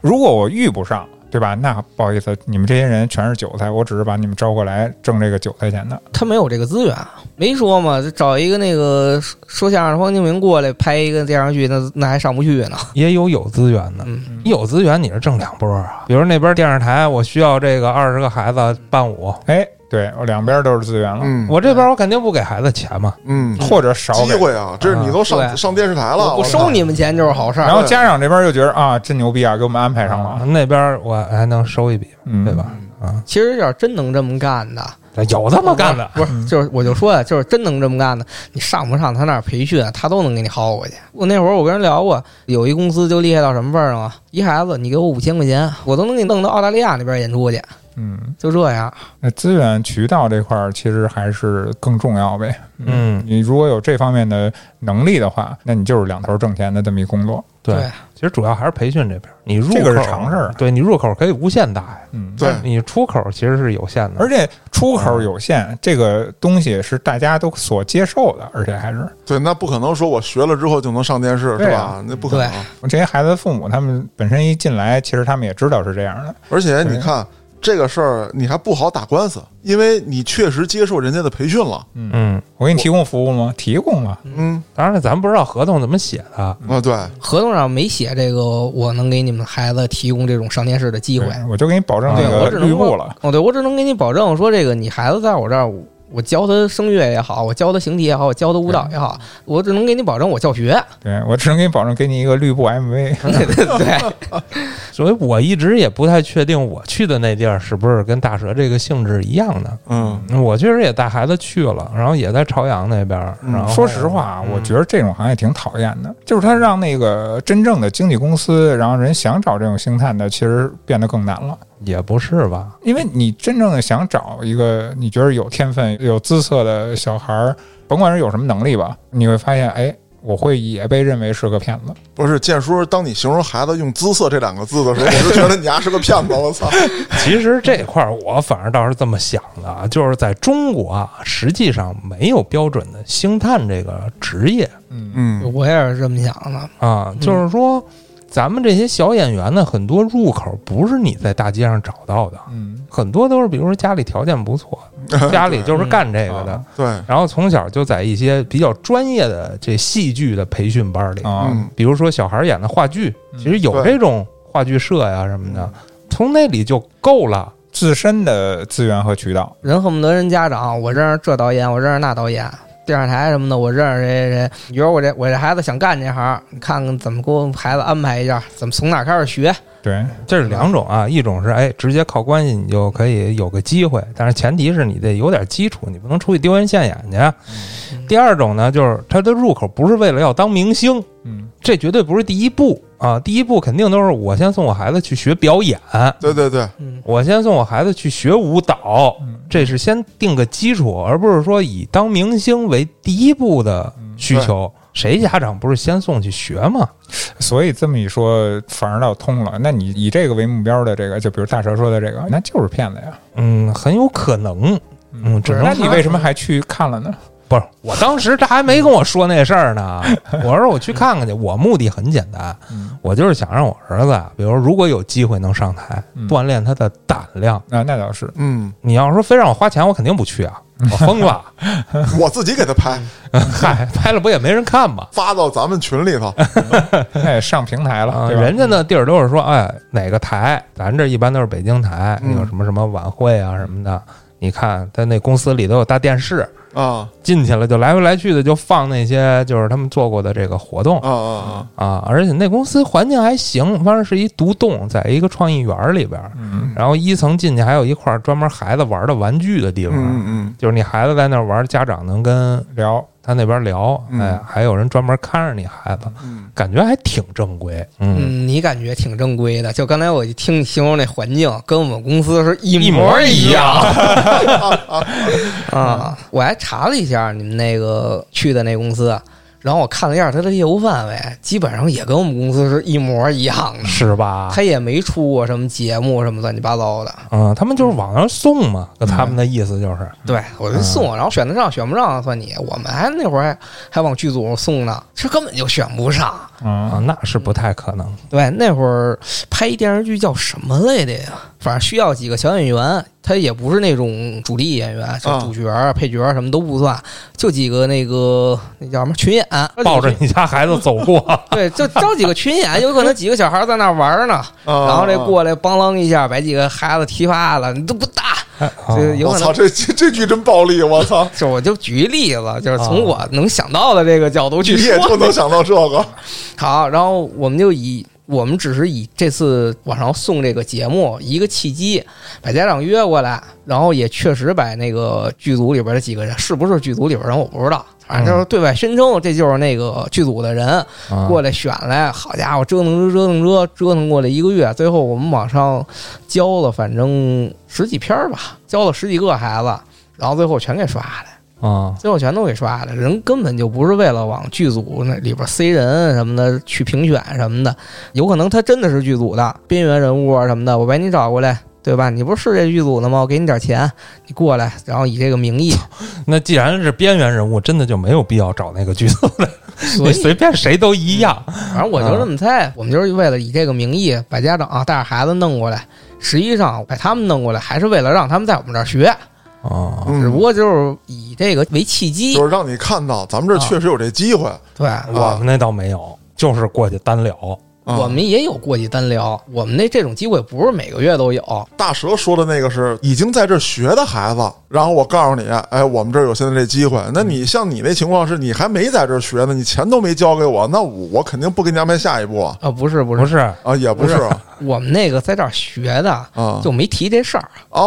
[SPEAKER 2] 如果我遇不上，对吧？那不好意思，你们这些人全是韭菜，我只是把你们招过来挣这个韭菜钱的。
[SPEAKER 1] 他没有这个资源，没说嘛，就找一个那个说说相声的黄敬明过来拍一个电视剧，那那还上不去呢。
[SPEAKER 3] 也有有资源的。
[SPEAKER 1] 嗯，
[SPEAKER 3] 你有资源，你是挣两波啊。比如那边电视台，我需要这个二十个孩子办舞，
[SPEAKER 2] 哎，对我两边都是资源了，
[SPEAKER 4] 嗯
[SPEAKER 3] 我这边我肯定不给孩子钱嘛。
[SPEAKER 4] 嗯，
[SPEAKER 2] 或者少
[SPEAKER 4] 机
[SPEAKER 2] 给。
[SPEAKER 4] 会啊，这是你都上、
[SPEAKER 1] 对
[SPEAKER 4] 上电视台了，
[SPEAKER 1] 我不收你们钱就是好事
[SPEAKER 2] 然
[SPEAKER 1] 儿。
[SPEAKER 2] 后家长这边就觉得啊，真牛逼啊，给我们安排上了，
[SPEAKER 3] 那边我还能收一笔，
[SPEAKER 2] 嗯，
[SPEAKER 3] 对？吧？啊，
[SPEAKER 1] 其实要是真能这么干的，
[SPEAKER 3] 有这么干的。
[SPEAKER 2] 嗯
[SPEAKER 1] 不是，就是我就说呀，就是真能这么干的，你上不上他那儿培训，他都能给你薅过去。我那会儿我跟人聊过，有一公司就厉害到什么份儿上啊，一孩子你给我五千块钱，我都能给你弄到澳大利亚那边演出去，
[SPEAKER 2] 嗯，
[SPEAKER 1] 就这样。
[SPEAKER 2] 那资源渠道这块儿其实还是更重要呗。
[SPEAKER 3] 嗯，
[SPEAKER 2] 你如果有这方面的能力的话，那你就是两头挣钱的这么一工作。
[SPEAKER 3] 对，其实主要还是培训这边，你入
[SPEAKER 2] 这
[SPEAKER 3] 口
[SPEAKER 2] 个是常事儿
[SPEAKER 3] 对你入口可以无限大呀，
[SPEAKER 2] 嗯，
[SPEAKER 4] 对
[SPEAKER 3] 但你出口其实是有限的。
[SPEAKER 2] 而且出口有限，这个东西是大家都所接受的，而且还是
[SPEAKER 4] 对，那不可能说我学了之后就能上电视，是
[SPEAKER 2] 对
[SPEAKER 4] 吧
[SPEAKER 2] 啊？
[SPEAKER 4] 那不可能
[SPEAKER 1] 对。
[SPEAKER 2] 这些孩子的父母他们本身一进来，其实他们也知道是这样的。
[SPEAKER 4] 而且你看这个事儿，你还不好打官司，因为你确实接受人家的培训了。
[SPEAKER 3] 嗯，
[SPEAKER 2] 我给你提供服务吗？提供啊，
[SPEAKER 4] 嗯
[SPEAKER 3] 当然了，咱不知道合同怎么写的，
[SPEAKER 4] 啊，对，
[SPEAKER 1] 合同上没写这个，我能给你们孩子提供这种上电视的机会。
[SPEAKER 2] 对我就给你保证
[SPEAKER 1] 对
[SPEAKER 2] 那
[SPEAKER 1] 我
[SPEAKER 2] 个
[SPEAKER 1] 只能
[SPEAKER 2] 绿布
[SPEAKER 1] 说
[SPEAKER 2] 了。
[SPEAKER 1] 哦，对我只能给你保证说，这个你孩子在我这儿，我我教他声乐也好，我教他形体也好，我教他舞蹈也好，我只能给你保证我教学。
[SPEAKER 2] 对我只能给你保证，给你一个绿布 MV。
[SPEAKER 1] 对对对，
[SPEAKER 3] 所以我一直也不太确定我去的那地儿是不是跟大蛇这个性质一样的。
[SPEAKER 4] 嗯，
[SPEAKER 3] 我确实也带孩子去了，然后也在朝阳那边。
[SPEAKER 4] 嗯
[SPEAKER 3] 然后
[SPEAKER 2] 说实话啊，我觉得这种行业挺讨厌的，就是他让那个真正的经纪公司，然后人想找这种星探的，其实变得更难了。
[SPEAKER 3] 也不是吧，
[SPEAKER 2] 因为你真正的想找一个你觉得有天分、有姿色的小孩儿，甭管是有什么能力吧，你会发现，哎，我会也被认为是个骗子。
[SPEAKER 4] 不是建叔，当你形容孩子用“姿色”这两个字的时候，我就觉得你丫是个骗子，我操！
[SPEAKER 3] 其实这块儿我反而倒是这么想的啊，就是在中国啊，实际上没有标准的星探这个职业
[SPEAKER 2] 嗯
[SPEAKER 4] 嗯
[SPEAKER 1] 我也是这么想的。
[SPEAKER 3] 啊，就是说，咱们这些小演员呢，很多入口不是你在大街上找到的，
[SPEAKER 2] 嗯，
[SPEAKER 3] 很多都是比如说家里条件不 错，家里就是干这个的
[SPEAKER 2] 嗯，
[SPEAKER 4] 对，
[SPEAKER 1] 啊
[SPEAKER 3] 然后从小就在一些比较专业的这戏剧的培训班里，
[SPEAKER 2] 啊，
[SPEAKER 4] 嗯
[SPEAKER 3] 比如说小孩演的话剧，
[SPEAKER 2] 嗯
[SPEAKER 3] 其实有
[SPEAKER 4] 对
[SPEAKER 3] 这种话剧社呀什么的，从那里就够了。
[SPEAKER 2] 自身的资源和渠道，
[SPEAKER 1] 人恨不得人家长，我认识这导演，我认识那导演，电视台什么的，我认识谁谁谁。你说我这我这孩子想干这行，你看看怎么给我孩子安排一下，怎么从哪开始学？
[SPEAKER 2] 对，
[SPEAKER 3] 这是两种
[SPEAKER 2] 嗯
[SPEAKER 3] 啊，一种是哎，直接靠关系你就可以有个机会，但是前提是你得有点基础，你不能出去丢人现眼去啊。第二种呢，就是他的入口不是为了要当明星，
[SPEAKER 2] 嗯，
[SPEAKER 3] 这绝对不是第一步啊，第一步肯定都是我先送我孩子去学表演，
[SPEAKER 4] 对对对，
[SPEAKER 1] 嗯，
[SPEAKER 3] 我先送我孩子去学舞蹈
[SPEAKER 2] 嗯，
[SPEAKER 3] 这是先定个基础，而不是说以当明星为第一步的需
[SPEAKER 2] 嗯
[SPEAKER 3] 求。谁家长不是先送去学吗？
[SPEAKER 2] 所以这么一说，反而倒通了。那你以这个为目标的这个，就比如大蛇说的这个，那就是骗子呀。
[SPEAKER 3] 嗯，很有可能。嗯，只能
[SPEAKER 2] 那你为什么还去看了呢？
[SPEAKER 3] 不是？我当时这还没跟我说那事儿 呢。我说我去看看去，我目的很简单，
[SPEAKER 2] 嗯
[SPEAKER 3] 我就是想让我儿子，比如如果有机会能上台，
[SPEAKER 2] 嗯
[SPEAKER 3] 锻炼他的胆量。
[SPEAKER 2] 啊，那倒是，
[SPEAKER 4] 嗯，
[SPEAKER 3] 你要说非让我花钱，我肯定不去啊，
[SPEAKER 2] 嗯
[SPEAKER 3] 我疯 了！
[SPEAKER 4] 我自己给 他拍，
[SPEAKER 3] 嗨，拍了不也没人看吗？
[SPEAKER 4] 发到咱们 群里头。
[SPEAKER 2] 那也上平台了，
[SPEAKER 3] 啊，
[SPEAKER 2] 对吧？
[SPEAKER 3] 人家那地儿都是说，哎，哪个台？咱这一般都是北京台，
[SPEAKER 4] 嗯
[SPEAKER 3] 有什么什么晚会啊什么的。你看，在那公司里头有大电视，
[SPEAKER 4] 啊
[SPEAKER 3] 进去了就来回来去的就放那些就是他们做过的这个活动
[SPEAKER 4] 啊啊
[SPEAKER 3] 啊，而且那公司环境还行，反正是一独栋，在一个创意园里边儿，
[SPEAKER 2] 嗯，
[SPEAKER 3] 然后一层进去还有一块专门孩子玩的玩具的地
[SPEAKER 4] 嗯
[SPEAKER 3] 方，
[SPEAKER 4] 嗯
[SPEAKER 3] 就是你孩子在那儿玩，家长能跟
[SPEAKER 2] 聊，
[SPEAKER 3] 他那边聊，
[SPEAKER 4] 嗯
[SPEAKER 3] 哎，还有人专门看着你孩子，
[SPEAKER 4] 嗯
[SPEAKER 3] 感觉还挺正规，嗯
[SPEAKER 1] 嗯，你感觉挺正规的。就刚才我一听你形容那环境，跟我们公司是一
[SPEAKER 3] 一
[SPEAKER 1] 模
[SPEAKER 3] 模一
[SPEAKER 1] 样
[SPEAKER 3] 样。
[SPEAKER 1] 啊！我还查了一下你们那个去的那公司，然后我看了一下他的业务范围，基本上也跟我们公司是一模一样的。
[SPEAKER 3] 是吧？
[SPEAKER 1] 他也没出过什么节目什么乱七八糟的。
[SPEAKER 3] 啊嗯，他们就是往上送嘛，就他们
[SPEAKER 4] 嗯
[SPEAKER 3] 的意思就是，
[SPEAKER 1] 对我就送，然后选得上选不上算你。我们还那会儿还还往剧组送呢，这根本就选不上。
[SPEAKER 3] 啊
[SPEAKER 2] 啊，，
[SPEAKER 3] 那是不太可能。
[SPEAKER 1] 对，那会儿拍一电视剧叫什么来着呀？反正需要几个小演员，他也不是那种主力演员，就
[SPEAKER 4] 啊
[SPEAKER 1] 主角、配角什么都不算，就几个那个那叫什么群演，
[SPEAKER 3] 抱着你家孩子走过，
[SPEAKER 1] 对，就招几个群演，有可能几个小孩在那玩 呢，
[SPEAKER 4] 啊嗯
[SPEAKER 1] 然后这过来梆啷一下，把几个孩子踢趴了，你都不打，
[SPEAKER 3] 哦啊
[SPEAKER 1] 就有
[SPEAKER 4] 我
[SPEAKER 1] 可
[SPEAKER 4] 操，
[SPEAKER 1] 能。
[SPEAKER 4] 这这这剧真暴力！我操，
[SPEAKER 1] 就我就举一例子，就是
[SPEAKER 3] 哦
[SPEAKER 1] 从我能想到的这个角度
[SPEAKER 4] 你
[SPEAKER 1] 去
[SPEAKER 4] 也
[SPEAKER 1] 说
[SPEAKER 4] 就能想到这 个，
[SPEAKER 1] 好，然后我们就以我们只是以这次往上送这个节目一个契机，把家长约过来，然后也确实把那个剧组里边的几个人，是不是剧组里边人我不知道，反正就是对外宣称这就是那个剧组的人过
[SPEAKER 3] 来
[SPEAKER 1] 来选来。好家伙，折腾折腾折腾折腾过来一个月，最后我们往上交了，反正十几篇儿吧，交了十几个孩子，然后最后全给刷了。
[SPEAKER 3] 啊
[SPEAKER 1] 最后全都给刷了，人根本就不是为了往剧组那里边塞人什么的去评选什么的，有可能他真的是剧组的边缘人物啊什么的，我把你找过来，对吧？你不是这剧组的吗？我给你点钱，你过来，然后以这个名 义，
[SPEAKER 3] 那既然是边缘人物，真的就没有必要找那个剧组的，
[SPEAKER 1] 所
[SPEAKER 3] 你
[SPEAKER 1] 以
[SPEAKER 3] 随便谁都一样。
[SPEAKER 1] 反正我就这
[SPEAKER 4] 嗯
[SPEAKER 1] 么猜，我们就是为了以这个名义把家长啊带着孩子弄过来，实际上把他们弄过来还是为了让他们在我们这儿学，
[SPEAKER 3] 哦，
[SPEAKER 4] 嗯
[SPEAKER 1] 只不过就是以这个为契机
[SPEAKER 4] 就，是嗯让你看到咱
[SPEAKER 1] 啊
[SPEAKER 4] 们这确实有这机会。
[SPEAKER 1] 对。
[SPEAKER 3] 我们那倒没有，就是过去单聊。
[SPEAKER 4] 啊
[SPEAKER 1] 我们也有过去单聊，我们那这种机会不是每个月都有，
[SPEAKER 4] 大蛇说的那个是已经在这儿学的孩子，然后我告诉你，哎，我们这儿有现在这机会。那
[SPEAKER 1] 嗯
[SPEAKER 4] 你像你那情况是你还没在这儿学呢，你钱都没交给我，那我我肯定不给你安排下一步啊，
[SPEAKER 1] 啊，不是不
[SPEAKER 3] 不
[SPEAKER 1] 是，
[SPEAKER 3] 是
[SPEAKER 4] 啊也不是啊，
[SPEAKER 1] 我们那个在这儿学的，
[SPEAKER 4] 啊
[SPEAKER 1] 就没提这事儿。
[SPEAKER 4] 哦哦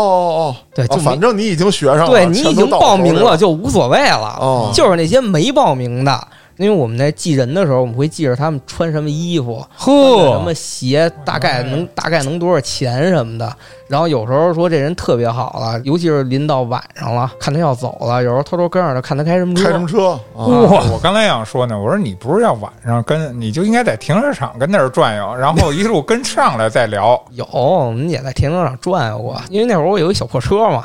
[SPEAKER 4] 哦，
[SPEAKER 1] 对就
[SPEAKER 4] 啊
[SPEAKER 1] 没
[SPEAKER 4] 反正你已经学上了，
[SPEAKER 1] 对你已
[SPEAKER 4] 钱都
[SPEAKER 1] 经
[SPEAKER 4] 到
[SPEAKER 1] 报
[SPEAKER 4] 手里
[SPEAKER 1] 名了，就无所谓了。
[SPEAKER 4] 哦
[SPEAKER 1] 就是那些没报名的，因为我们在记人的时候，我们会记着他们穿什么衣服、
[SPEAKER 4] 哦
[SPEAKER 1] 穿什
[SPEAKER 3] 呵
[SPEAKER 1] 么，鞋，大概能大概能多少钱什么的。然后有时候说这人特别好了，尤其是临到晚上了，看他要走了，有时候偷偷跟上他，看他开什么车。
[SPEAKER 4] 开什么车
[SPEAKER 1] 嗯
[SPEAKER 4] 啊？
[SPEAKER 3] 哇，
[SPEAKER 2] 我刚才想说呢，我说你不是要晚上跟，你就应该在停车场跟那儿转悠，然后一路跟上来再聊。
[SPEAKER 1] 有，我们也在停车场转悠过，因为那会儿我有一小破车嘛，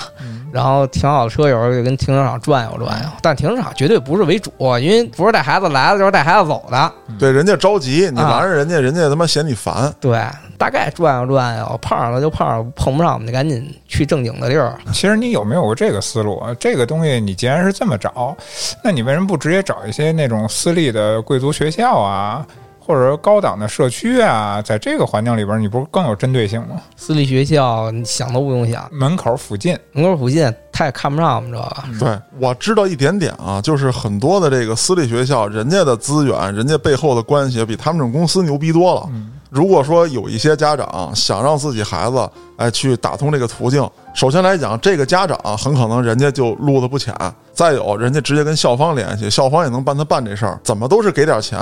[SPEAKER 1] 然后停好车，有时候就跟停车场转悠转悠。但停车场绝对不是为主，因为不是带孩子来的，就是带孩子走的。
[SPEAKER 4] 对，人家着急，你
[SPEAKER 1] 啊
[SPEAKER 4] 拦着人家，人家他妈嫌你烦。
[SPEAKER 1] 对，大概转悠转悠，碰上了就碰上，碰不上我们就赶紧去正经的地儿。
[SPEAKER 2] 其实你有没有过这个思路？这个东西你既然是这么找，那你为什么不直接找一些那种私立的贵族学校啊，或者高档的社区啊？在这个环境里边，你不是更有针对性吗？
[SPEAKER 1] 私立学校你想都不用想，
[SPEAKER 2] 门口附近，
[SPEAKER 1] 门口附近他也看不上我们这个。
[SPEAKER 4] 对，我知道一点点啊，就是很多的这个私立学校，人家的资源，人家背后的关系比他们这种公司牛逼多了。如果说有一些家长想让自己孩子哎去哎打通这个途径，首先来讲，这个家长很可能人家就路子不浅，再有人家直接跟校方联系，校方也能帮他办这事儿，怎么都是给点钱。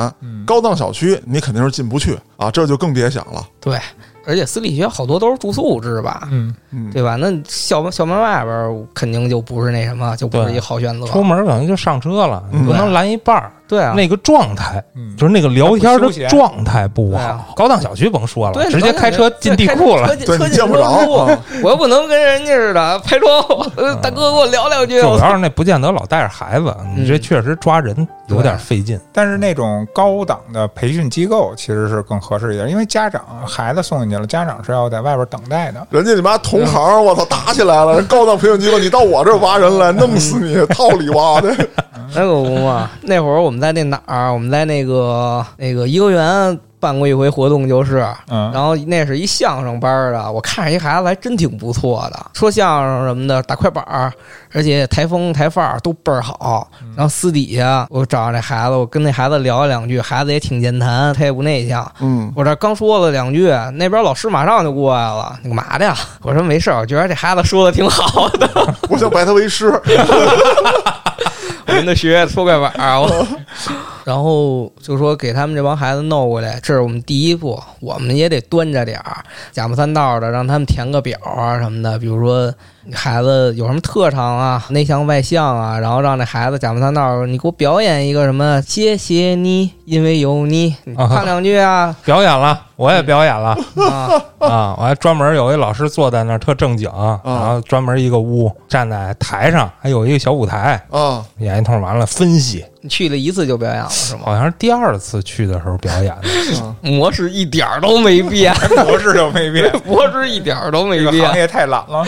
[SPEAKER 4] 高档小区你肯定是进不去啊，这就更别想了。
[SPEAKER 1] 对，而且私立学校好多都是住宿制吧，
[SPEAKER 2] 嗯，
[SPEAKER 1] 对吧？那校门校门外边儿肯定就不是那什么，就不是一个好选择。
[SPEAKER 3] 出门等于就上车了，你
[SPEAKER 4] 嗯
[SPEAKER 3] 啊不能拦一半儿。
[SPEAKER 1] 对啊，
[SPEAKER 3] 那个状态，
[SPEAKER 2] 嗯
[SPEAKER 3] 就是那个聊天
[SPEAKER 2] 它不休
[SPEAKER 3] 的
[SPEAKER 2] 闲
[SPEAKER 3] 状态不
[SPEAKER 1] 对啊
[SPEAKER 3] 好。高档小区甭说了，
[SPEAKER 1] 对，
[SPEAKER 3] 啊直接开车进地库了，
[SPEAKER 1] 对
[SPEAKER 4] 对你见不着啊
[SPEAKER 1] 我又不能跟人家似的拍窗户，
[SPEAKER 3] 啊
[SPEAKER 1] 呃大哥给我聊两句。
[SPEAKER 3] 主要是那不见得老带着孩子，你这确实抓人有点费劲。
[SPEAKER 2] 但是那种高档的培训机构其实是更合适一点，因为家长孩子送进去了，家长是要在外边等待的。
[SPEAKER 4] 人家你妈同行，我操，打起来了！人高档培训机构，你到我这儿挖人来，弄死你，套里挖的。
[SPEAKER 1] 那可不嘛，那会儿我们在那哪儿？我们在那个那个颐和园办过一回活动，就是。
[SPEAKER 2] 嗯，
[SPEAKER 1] 然后那是一相声班儿的，我看着一孩子还真挺不错的，说相声什么的，打快板儿，而且台风台范儿都倍儿好。然后私底下我找那孩子，我跟那孩子聊了两句，孩子也挺健谈，他也不内向，
[SPEAKER 4] 嗯，
[SPEAKER 1] 我这刚说了两句，那边老师马上就过来了，你干嘛的呀？我说没事儿，我觉得这孩子说的挺好的，
[SPEAKER 4] 我想拜他为师。
[SPEAKER 1] 我跟他学搓快板儿。我 然后就说给他们这帮孩子弄过来，这是我们第一步，我们也得端着点儿，假模三道的让他们填个表啊什么的，比如说孩子有什么特长啊，内向外向啊，然后让这孩子假模三道，你给我表演一个什么？谢谢你，因为有你，你
[SPEAKER 3] 啊
[SPEAKER 1] 唱两句啊
[SPEAKER 3] 表演了，我也表演了
[SPEAKER 1] 啊！
[SPEAKER 3] 啊！我还专门有一老师坐在那儿特正经，然后专门一个屋站在台上，还有一个小舞台
[SPEAKER 4] 啊，
[SPEAKER 3] 演一通，完了分析。
[SPEAKER 1] 你 去了一次就表演了是吗？
[SPEAKER 3] 好像是第二次去的时候表演 的，
[SPEAKER 4] 啊
[SPEAKER 1] 模式一点儿都没变，
[SPEAKER 2] 博士就没变，
[SPEAKER 1] 模式一点儿都没
[SPEAKER 2] 这个
[SPEAKER 1] 变
[SPEAKER 2] 行。业太懒了。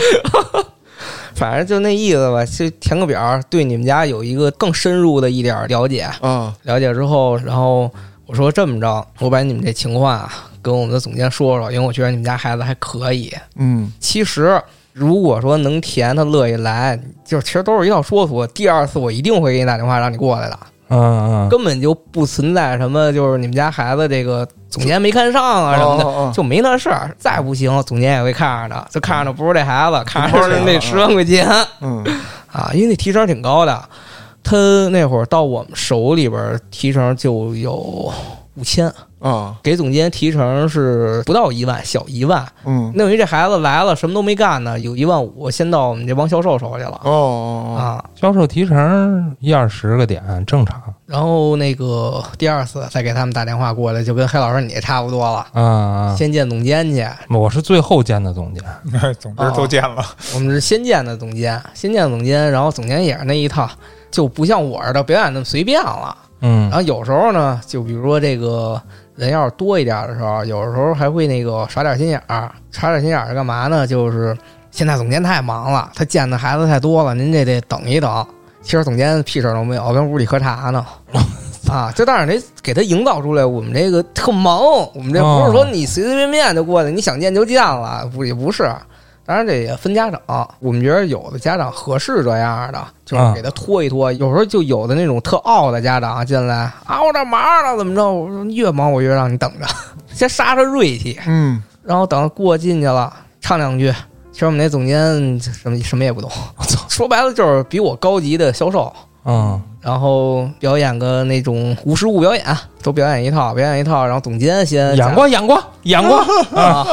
[SPEAKER 1] 反正就那意思吧，就填个表儿，对你们家有一个更深入的一点儿了解。
[SPEAKER 4] 啊
[SPEAKER 1] 了解之后，然后我说这么着，我把你们这情况啊跟我们的总监说说，因为我觉得你们家孩子还可以。
[SPEAKER 4] 嗯
[SPEAKER 1] 其实如果说能填，他乐意来，就是其实都是一套说辞。第二次我一定会给你打电话让你过来的，
[SPEAKER 3] 嗯嗯，
[SPEAKER 1] 根本就不存在什么就是你们家孩子这个总监没看上啊什么的。
[SPEAKER 4] 啊
[SPEAKER 1] 就没那事儿，再不行，总监也会看着的，就看着不是这孩子，看着是那
[SPEAKER 4] 嗯
[SPEAKER 1] 十万块钱。
[SPEAKER 4] 嗯
[SPEAKER 1] 啊，因为那提成挺高的，他那会儿到我们手里边儿提成就有五千，
[SPEAKER 4] 啊
[SPEAKER 1] 给总监提成是不到一万，小一万。
[SPEAKER 4] 嗯
[SPEAKER 1] 那等于这孩子来了什么都没干呢，有一万五先到我们这帮销售手里了
[SPEAKER 4] 哦哦
[SPEAKER 1] 啊。
[SPEAKER 3] 销售提成一二十个点正常
[SPEAKER 1] 然后那个第二次再给他们打电话过来，就跟黑老师你这差不多了，
[SPEAKER 3] 啊啊！
[SPEAKER 1] 先见总监去。
[SPEAKER 3] 我是最后见的总监，
[SPEAKER 2] 总之都见了，
[SPEAKER 1] 我们是先见的总监，先见总监，然后总监也是那一套，就不像我似的表演那么随便了。
[SPEAKER 3] 嗯
[SPEAKER 1] 然后有时候呢，就比如说这个人要是多一点的时候，有时候还会那个耍点心眼儿。耍点心眼儿是干嘛呢？就是现在总监太忙了，他见的孩子太多了，您这得等一等。其实总监屁事儿都没有，跟屋里喝茶呢。啊，就但是得给他营造出来，我们这个特忙，我们这不是说你随随便便就过来，你想见就见了，不也不是。当然这也分家长，我们觉得有的家长合适这样的，就是给他拖一拖。有时候就有的那种特傲的家长进来啊，我这忙呢，怎么着？我说越忙我越让你等着， 先杀杀锐气，
[SPEAKER 4] 嗯
[SPEAKER 1] 然后等过进去了唱两句。其实我们那总监什么什么也不懂，
[SPEAKER 3] 我操，
[SPEAKER 1] 说白了就是比我高级的销售，
[SPEAKER 3] 嗯
[SPEAKER 1] 然后表演个那种无实物表演，都表演一套，表演一套，然后总监先
[SPEAKER 3] 演过演过 演过，
[SPEAKER 1] 啊，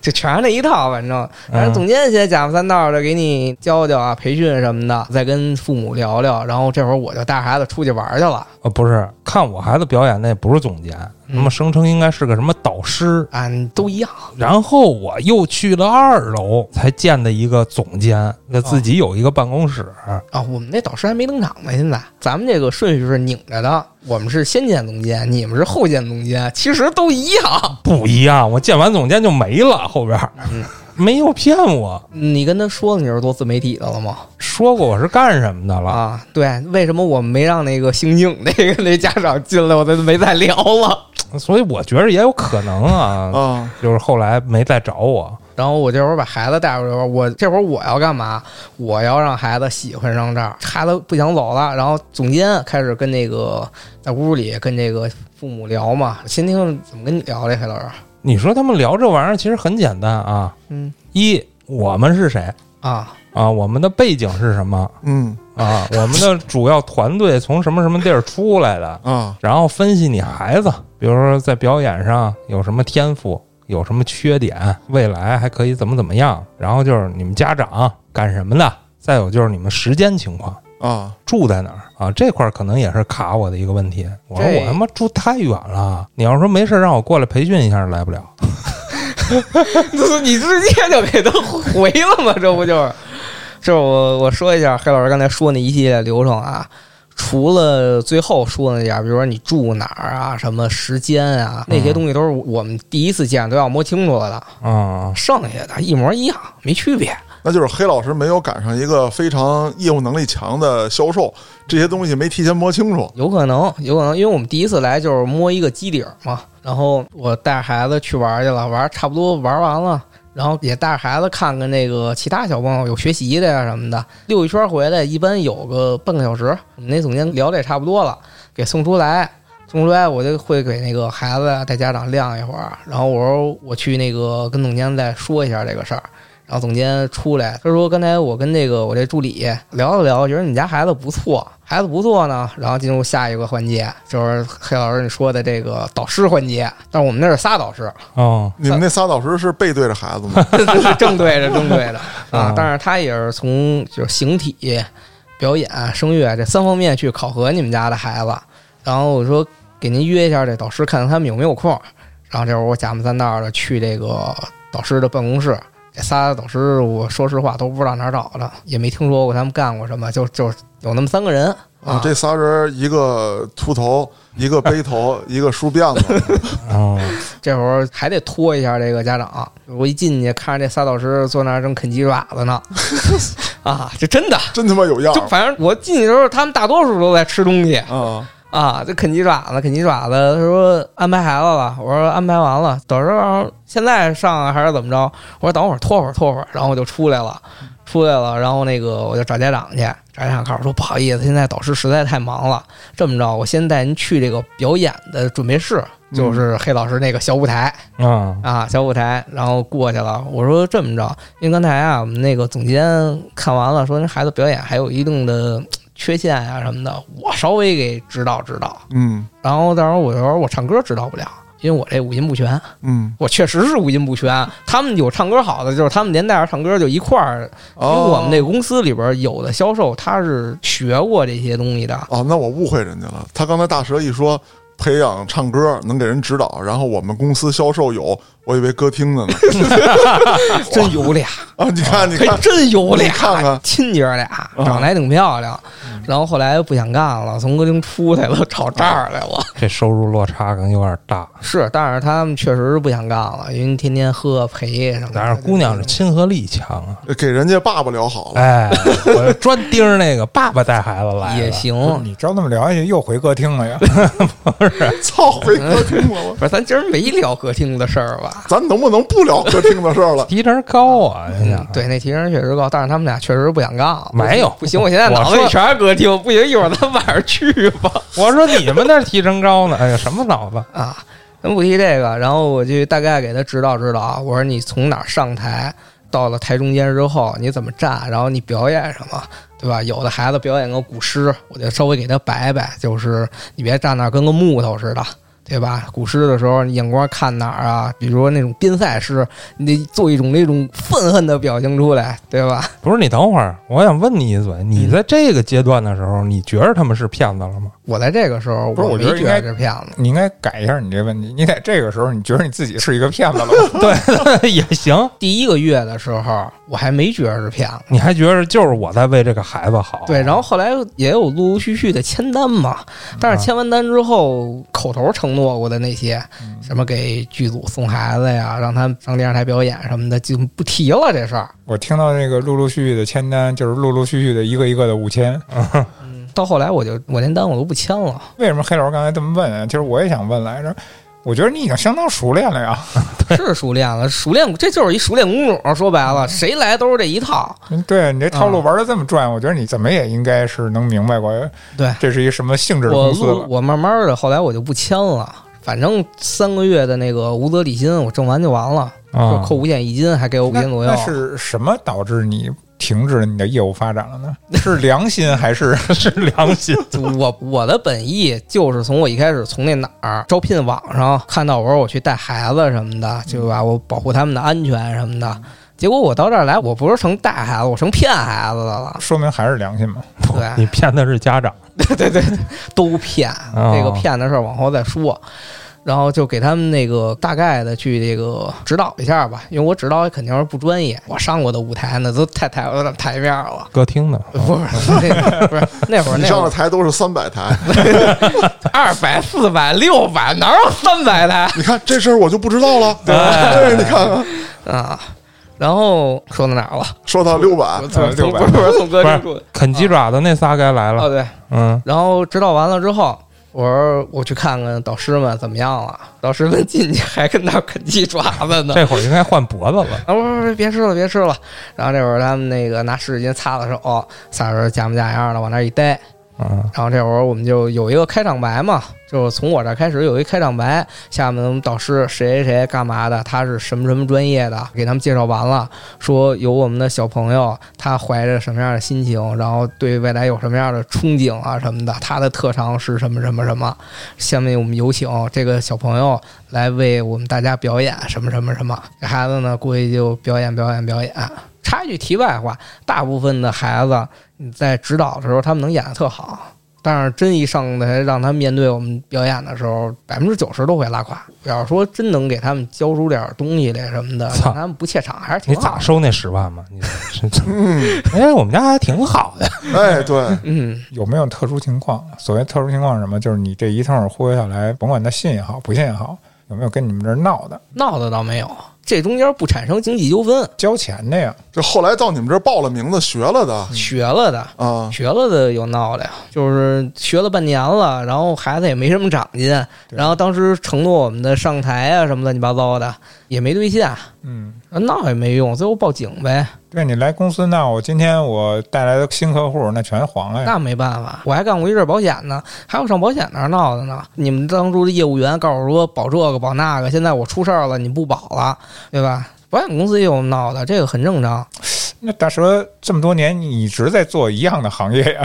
[SPEAKER 1] 就全是那一套，反正反正总监先假模三道的给你教教啊，培训什么的，再跟父母聊聊，然后这会儿我就带孩子出去玩去了。
[SPEAKER 3] 呃，不是，看我孩子表演那不是总监，
[SPEAKER 1] 嗯
[SPEAKER 3] 那么声称应该是个什么导师，
[SPEAKER 1] 啊，都一样，
[SPEAKER 3] 然后我又去了二楼才见的一个总监，那自己有一个办公室，
[SPEAKER 1] 啊，我们那导师还没登场呢，现在咱们这个顺序是拧着的，我们是先见总监，你们是后见总监，其实都一样。
[SPEAKER 3] 不一样。我见完总监就没了，后边儿
[SPEAKER 1] 嗯
[SPEAKER 3] 没有骗我，
[SPEAKER 1] 你跟他说你是做自媒体的了吗？
[SPEAKER 3] 说过我是干什么的了。
[SPEAKER 1] 啊，对，为什么我们没让那个刑警那个那家长进来，我都没再聊了。
[SPEAKER 3] 所以我觉得也有可能啊，
[SPEAKER 4] 啊
[SPEAKER 3] 就是后来没再找我。
[SPEAKER 1] 然后我这会儿把孩子带过来，我这会儿我要干嘛？我要让孩子喜欢上这儿，孩子不想走了。然后总监开始跟那个在屋里跟这个父母聊嘛， 我先听听怎么跟你聊这黑老师。
[SPEAKER 3] 你说他们聊这玩意儿其实很简单啊，
[SPEAKER 1] 嗯
[SPEAKER 3] 一我们是谁
[SPEAKER 1] 啊，
[SPEAKER 3] 啊，我们的背景是什么
[SPEAKER 4] 嗯
[SPEAKER 3] 啊，我们的主要团队从什么什么地儿出来的，
[SPEAKER 4] 啊
[SPEAKER 3] 然后分析你孩子，比如说在表演上有什么天赋，有什么缺点，未来还可以怎么怎么样。然后就是你们家长干什么的，再有就是你们时间情况。
[SPEAKER 4] 啊
[SPEAKER 3] 住在哪儿啊？这块儿可能也是卡我的一个问题。我说
[SPEAKER 1] 这
[SPEAKER 3] 我他妈住太远了，你要说没事儿让我过来培训一下，来不了。
[SPEAKER 1] 就是你直接就给他回了嘛，这不就是？就是我我说一下黑老师刚才说那一系列流程啊，除了最后说的那点儿，比如说你住哪儿啊、什么时间啊，那些东西都是我们第一次见都要摸清楚了的，
[SPEAKER 3] 啊、
[SPEAKER 1] 剩下的一模一样，没区别。
[SPEAKER 4] 那就是黑老师没有赶上一个非常业务能力强的销售，这些东西没提前摸清楚。
[SPEAKER 1] 有可能，有可能，因为我们第一次来就是摸一个基底儿嘛。然后我带着孩子去玩去了，玩差不多玩完了，然后也带着孩子看看那个其他小朋友有学习的呀什么的。溜一圈回来，一般有个半个小时。我们那总监聊的也差不多了，给送出来。送出来，我就会给那个孩子带家长晾一会儿，然后我说我去那个跟总监再说一下这个事儿，然后总监出来，他说：“刚才我跟那个我这助理聊了聊，觉得你们家孩子不错，孩子不错呢。”然后进入下一个环节，就是黑老师你说的这个导师环节。但是我们那儿仨导师，
[SPEAKER 3] 哦，
[SPEAKER 4] 你们那仨导师是背对着孩子 吗？
[SPEAKER 1] 正对着，正 对着啊
[SPEAKER 3] 啊！
[SPEAKER 1] 但是他也是从就是形体、表演、声乐这三方面去考核你们家的孩子。然后我说给您约一下这导师，看看他们有没有空。然后这会儿我假模三道的去这个导师的办公室。这仨导师，我说实话都不知道哪儿找的，也没听说过他们干过什么，就就有那么三个人
[SPEAKER 4] 啊，这仨人一个秃头，一个背头，一个梳辫 子，
[SPEAKER 3] 哦，
[SPEAKER 1] 这会儿还得拖一下这个家长。我一进去，看着这仨导师坐那儿正啃鸡爪子呢， 啊，这真的，
[SPEAKER 4] 真他妈有样
[SPEAKER 1] 就
[SPEAKER 4] 儿
[SPEAKER 1] 反正我进去的时候，他们大多数都在吃东西
[SPEAKER 4] 啊！
[SPEAKER 1] 啊，这啃鸡爪子，啃鸡爪子。他说安排孩子了，我说安排完了，等时候现在上啊还是怎么着？我说等会儿拖会儿拖会儿，然后我就出来了，出来了，然后那个我就找家长去，找家长告诉我说不好意思，现在导师实在太忙了，这么着，我先带您去这个表演的准备室，就是黑老师那个小舞台。
[SPEAKER 3] 嗯，
[SPEAKER 1] 啊，小舞台，然后过去了。我说这么着，因为刚才啊，我们那个总监看完了，说那孩子表演还有一定的呃缺陷啊什么的，我稍微给指导指导。
[SPEAKER 4] 嗯
[SPEAKER 1] 然后当时我就说我唱歌指导不了，因为我这五音不全，
[SPEAKER 4] 嗯，
[SPEAKER 1] 我确实是五音不全。他们有唱歌好的，就是他们连带着唱歌就一块儿，因为
[SPEAKER 4] 哦，
[SPEAKER 1] 我们那公司里边有的销售他是学过这些东西的，
[SPEAKER 4] 哦，那我误会人家了。他刚才大蛇一说培养唱歌能给人指导，然后我们公司销售有，我以为歌厅的呢。
[SPEAKER 1] 真有俩。
[SPEAKER 4] 啊，你 看，你看
[SPEAKER 1] 还，真有俩，
[SPEAKER 4] 你看看
[SPEAKER 1] 亲姐儿俩，长得还挺漂亮。然后后来不想干了，从歌厅出来了， 找这儿来了。
[SPEAKER 3] 这收入落差可能有点大。
[SPEAKER 1] 是，但是他们确实是不想干了，因为天天喝陪什么的。
[SPEAKER 3] 但是姑娘是亲和力强 啊，
[SPEAKER 4] 给人家爸爸聊好了。
[SPEAKER 3] 哎，我专盯着那个爸爸带孩子来了
[SPEAKER 1] 也，行，
[SPEAKER 2] 不是哦你照这么聊下去，又回歌厅了呀？
[SPEAKER 4] 操，回歌厅了， 我
[SPEAKER 1] 不是咱今儿没聊歌厅的事儿吧？
[SPEAKER 4] 咱能不能不聊歌厅的事 儿了？
[SPEAKER 3] 提成高啊，你想
[SPEAKER 1] 嗯，对，那提成确实高，但是他们俩确实不想干了。
[SPEAKER 3] 没有
[SPEAKER 1] 不行，我现在
[SPEAKER 3] 我
[SPEAKER 1] 脑子里
[SPEAKER 3] 说
[SPEAKER 1] 全是歌厅，不行，一会儿咱晚上去吧。
[SPEAKER 3] 我说你们那提成高呢，哎呀，什么脑子？
[SPEAKER 1] 啊，咱不提这个，然后我就大概给他指导指导啊，我说你从哪儿上台，到了台中间之后你怎么站，然后你表演什么，对吧？有的孩子表演个古诗，我就稍微给他摆摆，就是你别站那儿跟个木头似的。对吧？古诗的时候，你眼光看哪儿啊？比如说那种边塞诗，你得做一种那种愤恨的表情出来，对吧？
[SPEAKER 3] 不是你等会儿，我想问你一嘴，
[SPEAKER 1] 嗯
[SPEAKER 3] 你在这个阶段的时候，你觉着他们是骗子了吗？
[SPEAKER 1] 我在这个时候，
[SPEAKER 2] 不是
[SPEAKER 1] 我
[SPEAKER 2] 我
[SPEAKER 1] 没
[SPEAKER 2] 觉得应该
[SPEAKER 1] 是骗子，
[SPEAKER 2] 你应该改一下你这问题。你在这个时候，你觉得你自己是一个骗子了
[SPEAKER 1] 嗯
[SPEAKER 2] 吗？
[SPEAKER 3] 对， 也行，
[SPEAKER 1] 第一个月的时候，我还没觉着是骗子。
[SPEAKER 3] 你还觉着就是我在为这个孩子
[SPEAKER 2] 哦
[SPEAKER 3] 好？
[SPEAKER 1] 对，然后后来也有陆陆续续的签单嘛，
[SPEAKER 2] 嗯
[SPEAKER 1] 但是签完单之后，口头承诺过的那些，
[SPEAKER 2] 嗯
[SPEAKER 1] 什么给剧组送孩子呀，让他们上电视台表演什么的，就不提了这事儿。
[SPEAKER 2] 我听到那个陆陆续续的签单，就是陆陆续续的一个一个的五千。
[SPEAKER 1] 到后来我就我连单我都不签了，
[SPEAKER 2] 为什么黑老师刚才这么问啊？其实我也想问来着。我觉得你已经相当熟练了呀，
[SPEAKER 1] 是熟练了，熟练这就是一熟练工种，说白
[SPEAKER 2] 嗯
[SPEAKER 1] 了，谁来都是这一套。
[SPEAKER 2] 对啊你这套路玩的这么转，我觉得你怎么也应该是能明白过
[SPEAKER 1] 对
[SPEAKER 2] 这是一什么性质的
[SPEAKER 1] 我
[SPEAKER 2] 公司
[SPEAKER 1] 陆
[SPEAKER 2] 了。
[SPEAKER 1] 我慢慢的后来我就不签了，反正三个月的那个无责礼金我挣完就完了，就
[SPEAKER 3] 啊
[SPEAKER 1] 扣，五险一金，还给我五
[SPEAKER 2] 那
[SPEAKER 1] 千左右
[SPEAKER 2] 那。是什么导致你停滞了你的业务发展了呢？是良心还是。
[SPEAKER 3] 是 良心，
[SPEAKER 1] 我我的本意就是从我一开始从那哪儿招聘网上看到，我说我去带孩子什么的，对吧？我保护他们的安全什么的。结果我到这儿来，我不是成带孩子，我成骗孩子的了
[SPEAKER 2] 说明还是良心嘛？
[SPEAKER 1] 对
[SPEAKER 3] 你骗的是家长，
[SPEAKER 1] 对对对，都骗。
[SPEAKER 3] 哦
[SPEAKER 1] 这个骗的事儿往后再说。然后就给他们那个大概的去这个指导一下吧，因为我指导肯定是不专业，我上过的舞台那都太台台面儿了。
[SPEAKER 3] 歌厅的，
[SPEAKER 1] 不是，那不是那会儿那会
[SPEAKER 4] 你上
[SPEAKER 1] 儿
[SPEAKER 4] 的台都是三百台，
[SPEAKER 1] 二百、四百、六百，哪有三百台？
[SPEAKER 4] 你看这事儿我就不知道了。哎对，你看看，
[SPEAKER 1] 啊。然后说到哪儿了？
[SPEAKER 4] 说到六百，
[SPEAKER 1] 从从
[SPEAKER 2] 600
[SPEAKER 1] 不是不是从歌
[SPEAKER 3] 不
[SPEAKER 1] 厅出
[SPEAKER 3] 是啃鸡爪的那仨该来
[SPEAKER 1] 哦
[SPEAKER 3] 了，
[SPEAKER 1] 对，
[SPEAKER 3] 嗯，
[SPEAKER 1] 然后指导完了之后，我说我去看看导师们怎么样了。导师们进去还跟那儿啃鸡爪子呢。
[SPEAKER 3] 这会儿应该换脖子了，
[SPEAKER 1] 啊，不不不，别吃了，别哦吃了。然后这会儿他们那个拿湿纸巾擦擦手，仨人夹模夹样的往那儿一待。
[SPEAKER 3] 啊，
[SPEAKER 1] 然后这会儿我们就有一个开场白嘛，就从我这儿开始有一开场白，下面我们导师谁谁谁干嘛的，他是什么什么专业的，给他们介绍完了，说有我们的小朋友，他怀着什么样的心情，然后对未来有什么样的憧憬啊什么的，他的特长是什么什么什么。下面我们有请这个小朋友来为我们大家表演什么什么什么。这孩子呢，估计就表演表演表演。插一句题外话，大部分的孩子你在指导的时候，他们能演得特好，但是真一上台让他面对我们表演的时候，百分之九十都会拉胯。要是说真能给他们教出点东西来什么的，
[SPEAKER 3] 操
[SPEAKER 1] 让他们不怯场，还是
[SPEAKER 3] 你
[SPEAKER 1] 挺好
[SPEAKER 3] 咋
[SPEAKER 1] 的。
[SPEAKER 3] 收那十万嘛？你这这
[SPEAKER 4] 嗯，
[SPEAKER 3] 哎，我们家还挺好的，
[SPEAKER 4] 哎，对，
[SPEAKER 1] 嗯
[SPEAKER 2] 有没有特殊情况？所谓特殊情况是什么？就是你这一通忽悠下来，甭管他信也好，不信也好，有没有跟你们这儿闹的，
[SPEAKER 1] 闹的倒没有，这中间不产生经济纠纷，
[SPEAKER 2] 交钱的呀？
[SPEAKER 4] 就后来到你们这儿报了名字学了的
[SPEAKER 1] 学了的。
[SPEAKER 4] 啊，
[SPEAKER 1] 学了的有闹的呀，就是学了半年了，然后孩子也没什么长进，
[SPEAKER 2] 对
[SPEAKER 1] 然后当时承诺我们的上台啊什么乱七八糟的也没兑现，
[SPEAKER 2] 嗯，
[SPEAKER 1] 闹也没用，最后报警呗，
[SPEAKER 2] 对你来公司闹，我今天我带来的新客户那全黄了呀。
[SPEAKER 1] 那没办法，我还干过一阵保险呢，还有上保险那儿闹的呢。你们当初的业务员告诉我说保这个保那个，现在我出事儿了，你不保了，对吧？保险公司也有闹的，这个很正常
[SPEAKER 2] 那大蛇这么多年，你一直在做一样的行业呀？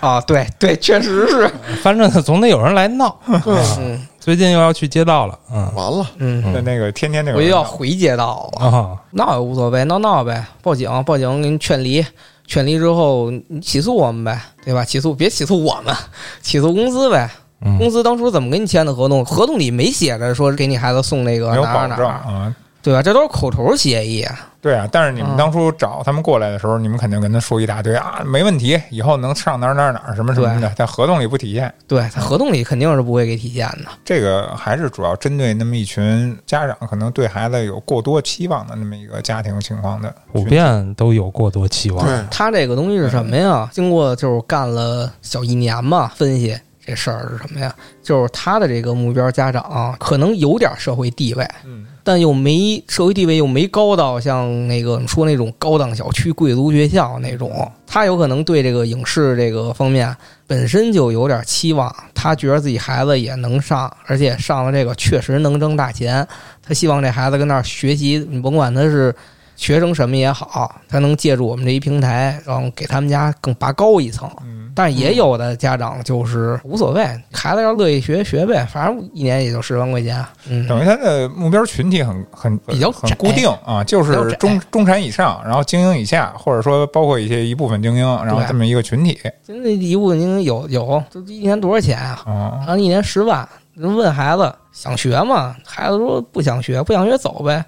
[SPEAKER 1] 啊。对对，确实是，
[SPEAKER 3] 反正总得有人来闹。啊
[SPEAKER 1] 嗯
[SPEAKER 3] 最近又要去街道了，嗯
[SPEAKER 4] 完了，
[SPEAKER 1] 嗯，
[SPEAKER 2] 那那个天天那
[SPEAKER 1] 我
[SPEAKER 2] 个
[SPEAKER 1] 又要回街道了。
[SPEAKER 3] 啊，
[SPEAKER 1] 闹也无所谓，闹闹呗，报警，报警给你劝离，劝离之后你起诉我们呗，对吧？起诉别起诉我们，起诉公司呗。
[SPEAKER 3] 嗯
[SPEAKER 1] 公司当初怎么跟你签的合同？合同里没写着说给你孩子送那个
[SPEAKER 2] 没有
[SPEAKER 1] 哪
[SPEAKER 2] 保
[SPEAKER 1] 儿哪
[SPEAKER 2] 证
[SPEAKER 1] 儿，
[SPEAKER 2] 啊。
[SPEAKER 1] 对吧？这都是口头协议啊。
[SPEAKER 2] 对啊，但是你们
[SPEAKER 1] 嗯
[SPEAKER 2] 当初找他们过来的时候，你们肯定跟他说一大堆啊，没问题，以后能上哪儿哪儿哪儿什么什么的，在合同里不体现。
[SPEAKER 1] 对，他合同里肯定是不会给体现的。
[SPEAKER 2] 这个还是主要针对那么一群家长可能对孩子有过多期望的那么一个家庭情况的
[SPEAKER 3] 普遍都有过多期望。
[SPEAKER 4] 对，
[SPEAKER 1] 他这个东西是什么呀？经过就是干了小一年嘛，分析这事儿是什么呀？就是他的这个目标家长啊可能有点社会地位，
[SPEAKER 2] 嗯，
[SPEAKER 1] 但又没社会地位，又没高到像那个你说那种高档小区、贵族学校那种。他有可能对这个影视这个方面本身就有点期望，他觉得自己孩子也能上，而且上了这个确实能挣大钱。他希望这孩子跟那儿学习，你甭管他是学成什么也好，他能借助我们这一平台，然后给他们家更拔高一层。
[SPEAKER 2] 嗯，
[SPEAKER 1] 但是也有的家长就是无所谓，孩子要乐意学学呗，反正一年也就十万块钱。嗯，
[SPEAKER 2] 等于他的目标群体很很
[SPEAKER 1] 比较
[SPEAKER 2] 很
[SPEAKER 1] 窄
[SPEAKER 2] 固定啊，就
[SPEAKER 1] 比较
[SPEAKER 2] 是
[SPEAKER 1] 窄
[SPEAKER 3] 哎
[SPEAKER 2] 中中产以上，然后精英以下，或者说包括一些一部分精英，然后
[SPEAKER 1] 对
[SPEAKER 2] 啊这么一个群体
[SPEAKER 1] 真的一部您有有，这一年多少钱啊？
[SPEAKER 2] 啊。
[SPEAKER 1] 然后一年十万，人问孩子想学吗？孩子说不想学，不想学走呗。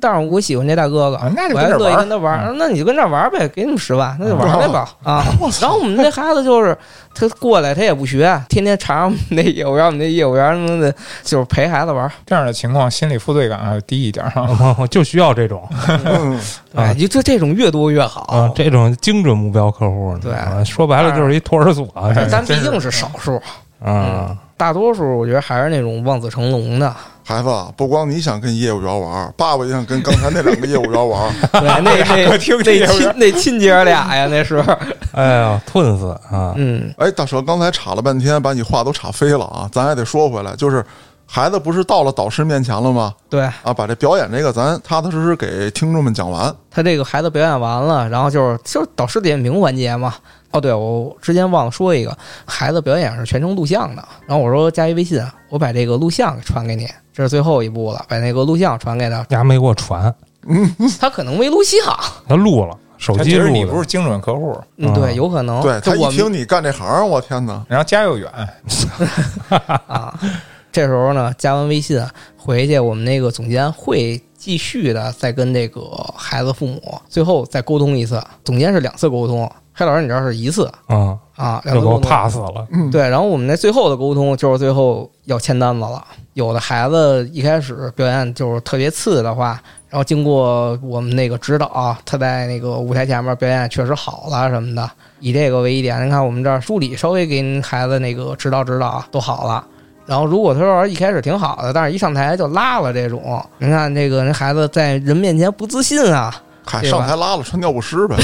[SPEAKER 1] 但是我喜欢这大哥哥，
[SPEAKER 2] 啊嗯那就
[SPEAKER 1] 我
[SPEAKER 2] 跟
[SPEAKER 1] 还
[SPEAKER 2] 这
[SPEAKER 1] 乐意
[SPEAKER 2] 玩儿嗯哦
[SPEAKER 1] 跟他玩儿。那你就跟这玩儿呗，给你们十万，那就玩儿来吧啊！
[SPEAKER 4] 我操
[SPEAKER 1] 然后我们这孩子就是他过来，他也不学，天天缠着我们那业务员，我们那业务员什么的，就是陪孩子玩儿。
[SPEAKER 2] 这样的情况心理负罪感还低一点啊。
[SPEAKER 3] 我哦就需要这种
[SPEAKER 4] 嗯，
[SPEAKER 1] 哎，就这这种越多越
[SPEAKER 3] 啊
[SPEAKER 1] 好，。
[SPEAKER 3] 这种精准目标客户呢，
[SPEAKER 1] 哦对
[SPEAKER 3] 啊说白了就是一托儿所啊
[SPEAKER 2] 哎
[SPEAKER 1] 咱毕
[SPEAKER 2] 真是
[SPEAKER 1] 竟是少数，
[SPEAKER 3] 啊，
[SPEAKER 1] 大多数我觉得还是那种望子成龙的。
[SPEAKER 4] 孩子啊，不光你想跟业务员玩，爸爸也想跟刚才那两个业务员玩，
[SPEAKER 1] 对，那那
[SPEAKER 2] 客厅里
[SPEAKER 1] 那
[SPEAKER 2] 有
[SPEAKER 1] 亲那亲姐儿俩呀，那 是。
[SPEAKER 3] 哎呦，吞死啊！
[SPEAKER 1] 嗯，
[SPEAKER 4] 哎，大蛇刚才岔了半天，把你话都岔飞了啊！咱还得说回来，就是孩子不是到了导师面前了吗？
[SPEAKER 1] 对
[SPEAKER 4] 啊，把这表演这个咱踏踏实实给听众们讲完。
[SPEAKER 1] 他这个孩子表演完了，然后就是就是导师点评环节嘛。哦，对，我之前忘了说一个，孩子表演是全程录像的。然后我说加一微信，我把这个录像传给你，这是最后一步了，把那个录像传给他。
[SPEAKER 3] 你还没给我传，
[SPEAKER 1] 他可能没录像，
[SPEAKER 3] 他录了，手
[SPEAKER 2] 他
[SPEAKER 3] 机
[SPEAKER 2] 觉得
[SPEAKER 3] 录
[SPEAKER 2] 你不
[SPEAKER 3] 的
[SPEAKER 2] 是。精准客户，
[SPEAKER 1] 嗯，对，有可能。
[SPEAKER 4] 哦对
[SPEAKER 1] 就
[SPEAKER 4] 他
[SPEAKER 1] 我们
[SPEAKER 4] 一听你干这行，我天哪！
[SPEAKER 2] 然后家又远，
[SPEAKER 1] 啊， 这时候呢，加完微信回去，我们那个总监会继续的再跟这个孩子父母最后再沟通一次。总监是两次沟通，黑老师你这儿是一次
[SPEAKER 3] 啊，
[SPEAKER 1] 啊，
[SPEAKER 3] 就
[SPEAKER 1] 两次
[SPEAKER 3] 给
[SPEAKER 1] 沟
[SPEAKER 3] 我
[SPEAKER 1] 通
[SPEAKER 3] pass 了。
[SPEAKER 4] 嗯，
[SPEAKER 1] 对，然后我们那最后的沟通就是最后要签单子了。有的孩子一开始表演就是特别次的话，然后经过我们那个指导啊，他在那个舞台前面表演确实好了什么的。以这个为一点，您看我们这儿助理稍微给您孩子那个指导指导啊都好了。然后如果他要是一开始挺好的，但是一上台就拉了这种，您看这个人孩子在人面前不自信啊。
[SPEAKER 4] 嗨，
[SPEAKER 1] 对吧
[SPEAKER 4] 上台拉了穿尿不湿呗。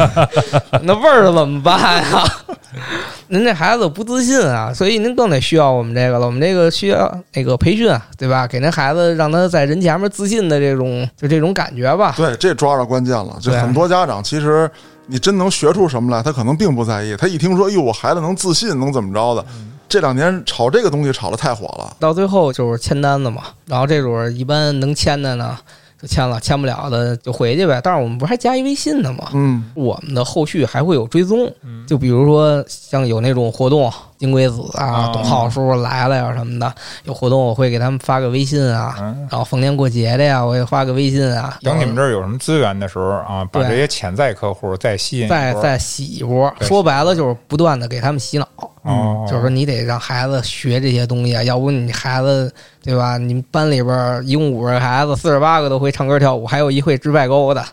[SPEAKER 1] 那味儿怎么办呀？ 您这孩子不自信啊，所以您更得需要我们这个了。我们这个需要那个培训啊，对吧？给您孩子让他在人前面自信的这种就这种感觉吧。
[SPEAKER 4] 对，这抓着关键了。这
[SPEAKER 1] 对啊
[SPEAKER 4] 很多家长其实你真能学出什么来，他可能并不在意。他一听说，哎哟，我孩子能自信，能怎么着的？
[SPEAKER 1] 嗯
[SPEAKER 4] 这两年炒这个东西炒得太火了。
[SPEAKER 1] 到最后就是签单子嘛，然后这种一般能签的呢就签了，签不了的就回去呗。但是我们不是还加一微信呢吗？
[SPEAKER 4] 嗯，
[SPEAKER 1] 我们的后续还会有追踪，
[SPEAKER 2] 嗯
[SPEAKER 1] 就比如说像有那种活动，金龟子啊、
[SPEAKER 2] 哦
[SPEAKER 1] 董浩叔叔来了呀什么的，有活动我会给他们发个微信啊，
[SPEAKER 2] 嗯，
[SPEAKER 1] 然后逢年过节的呀，我也发个微信啊，
[SPEAKER 2] 等你们这儿有什么资源的时候啊，把
[SPEAKER 1] 对
[SPEAKER 2] 这些潜在客户再吸引一波
[SPEAKER 1] 再再洗一波。
[SPEAKER 2] 对
[SPEAKER 1] 说白了就是不断的给他们洗脑，
[SPEAKER 2] 哦，
[SPEAKER 1] 就是说你得让孩子学这些东西啊，要不你孩子对吧？你们班里边儿一共五十个孩子，四十八个都会唱歌跳舞，还有一会支外勾
[SPEAKER 2] 啊
[SPEAKER 1] 的，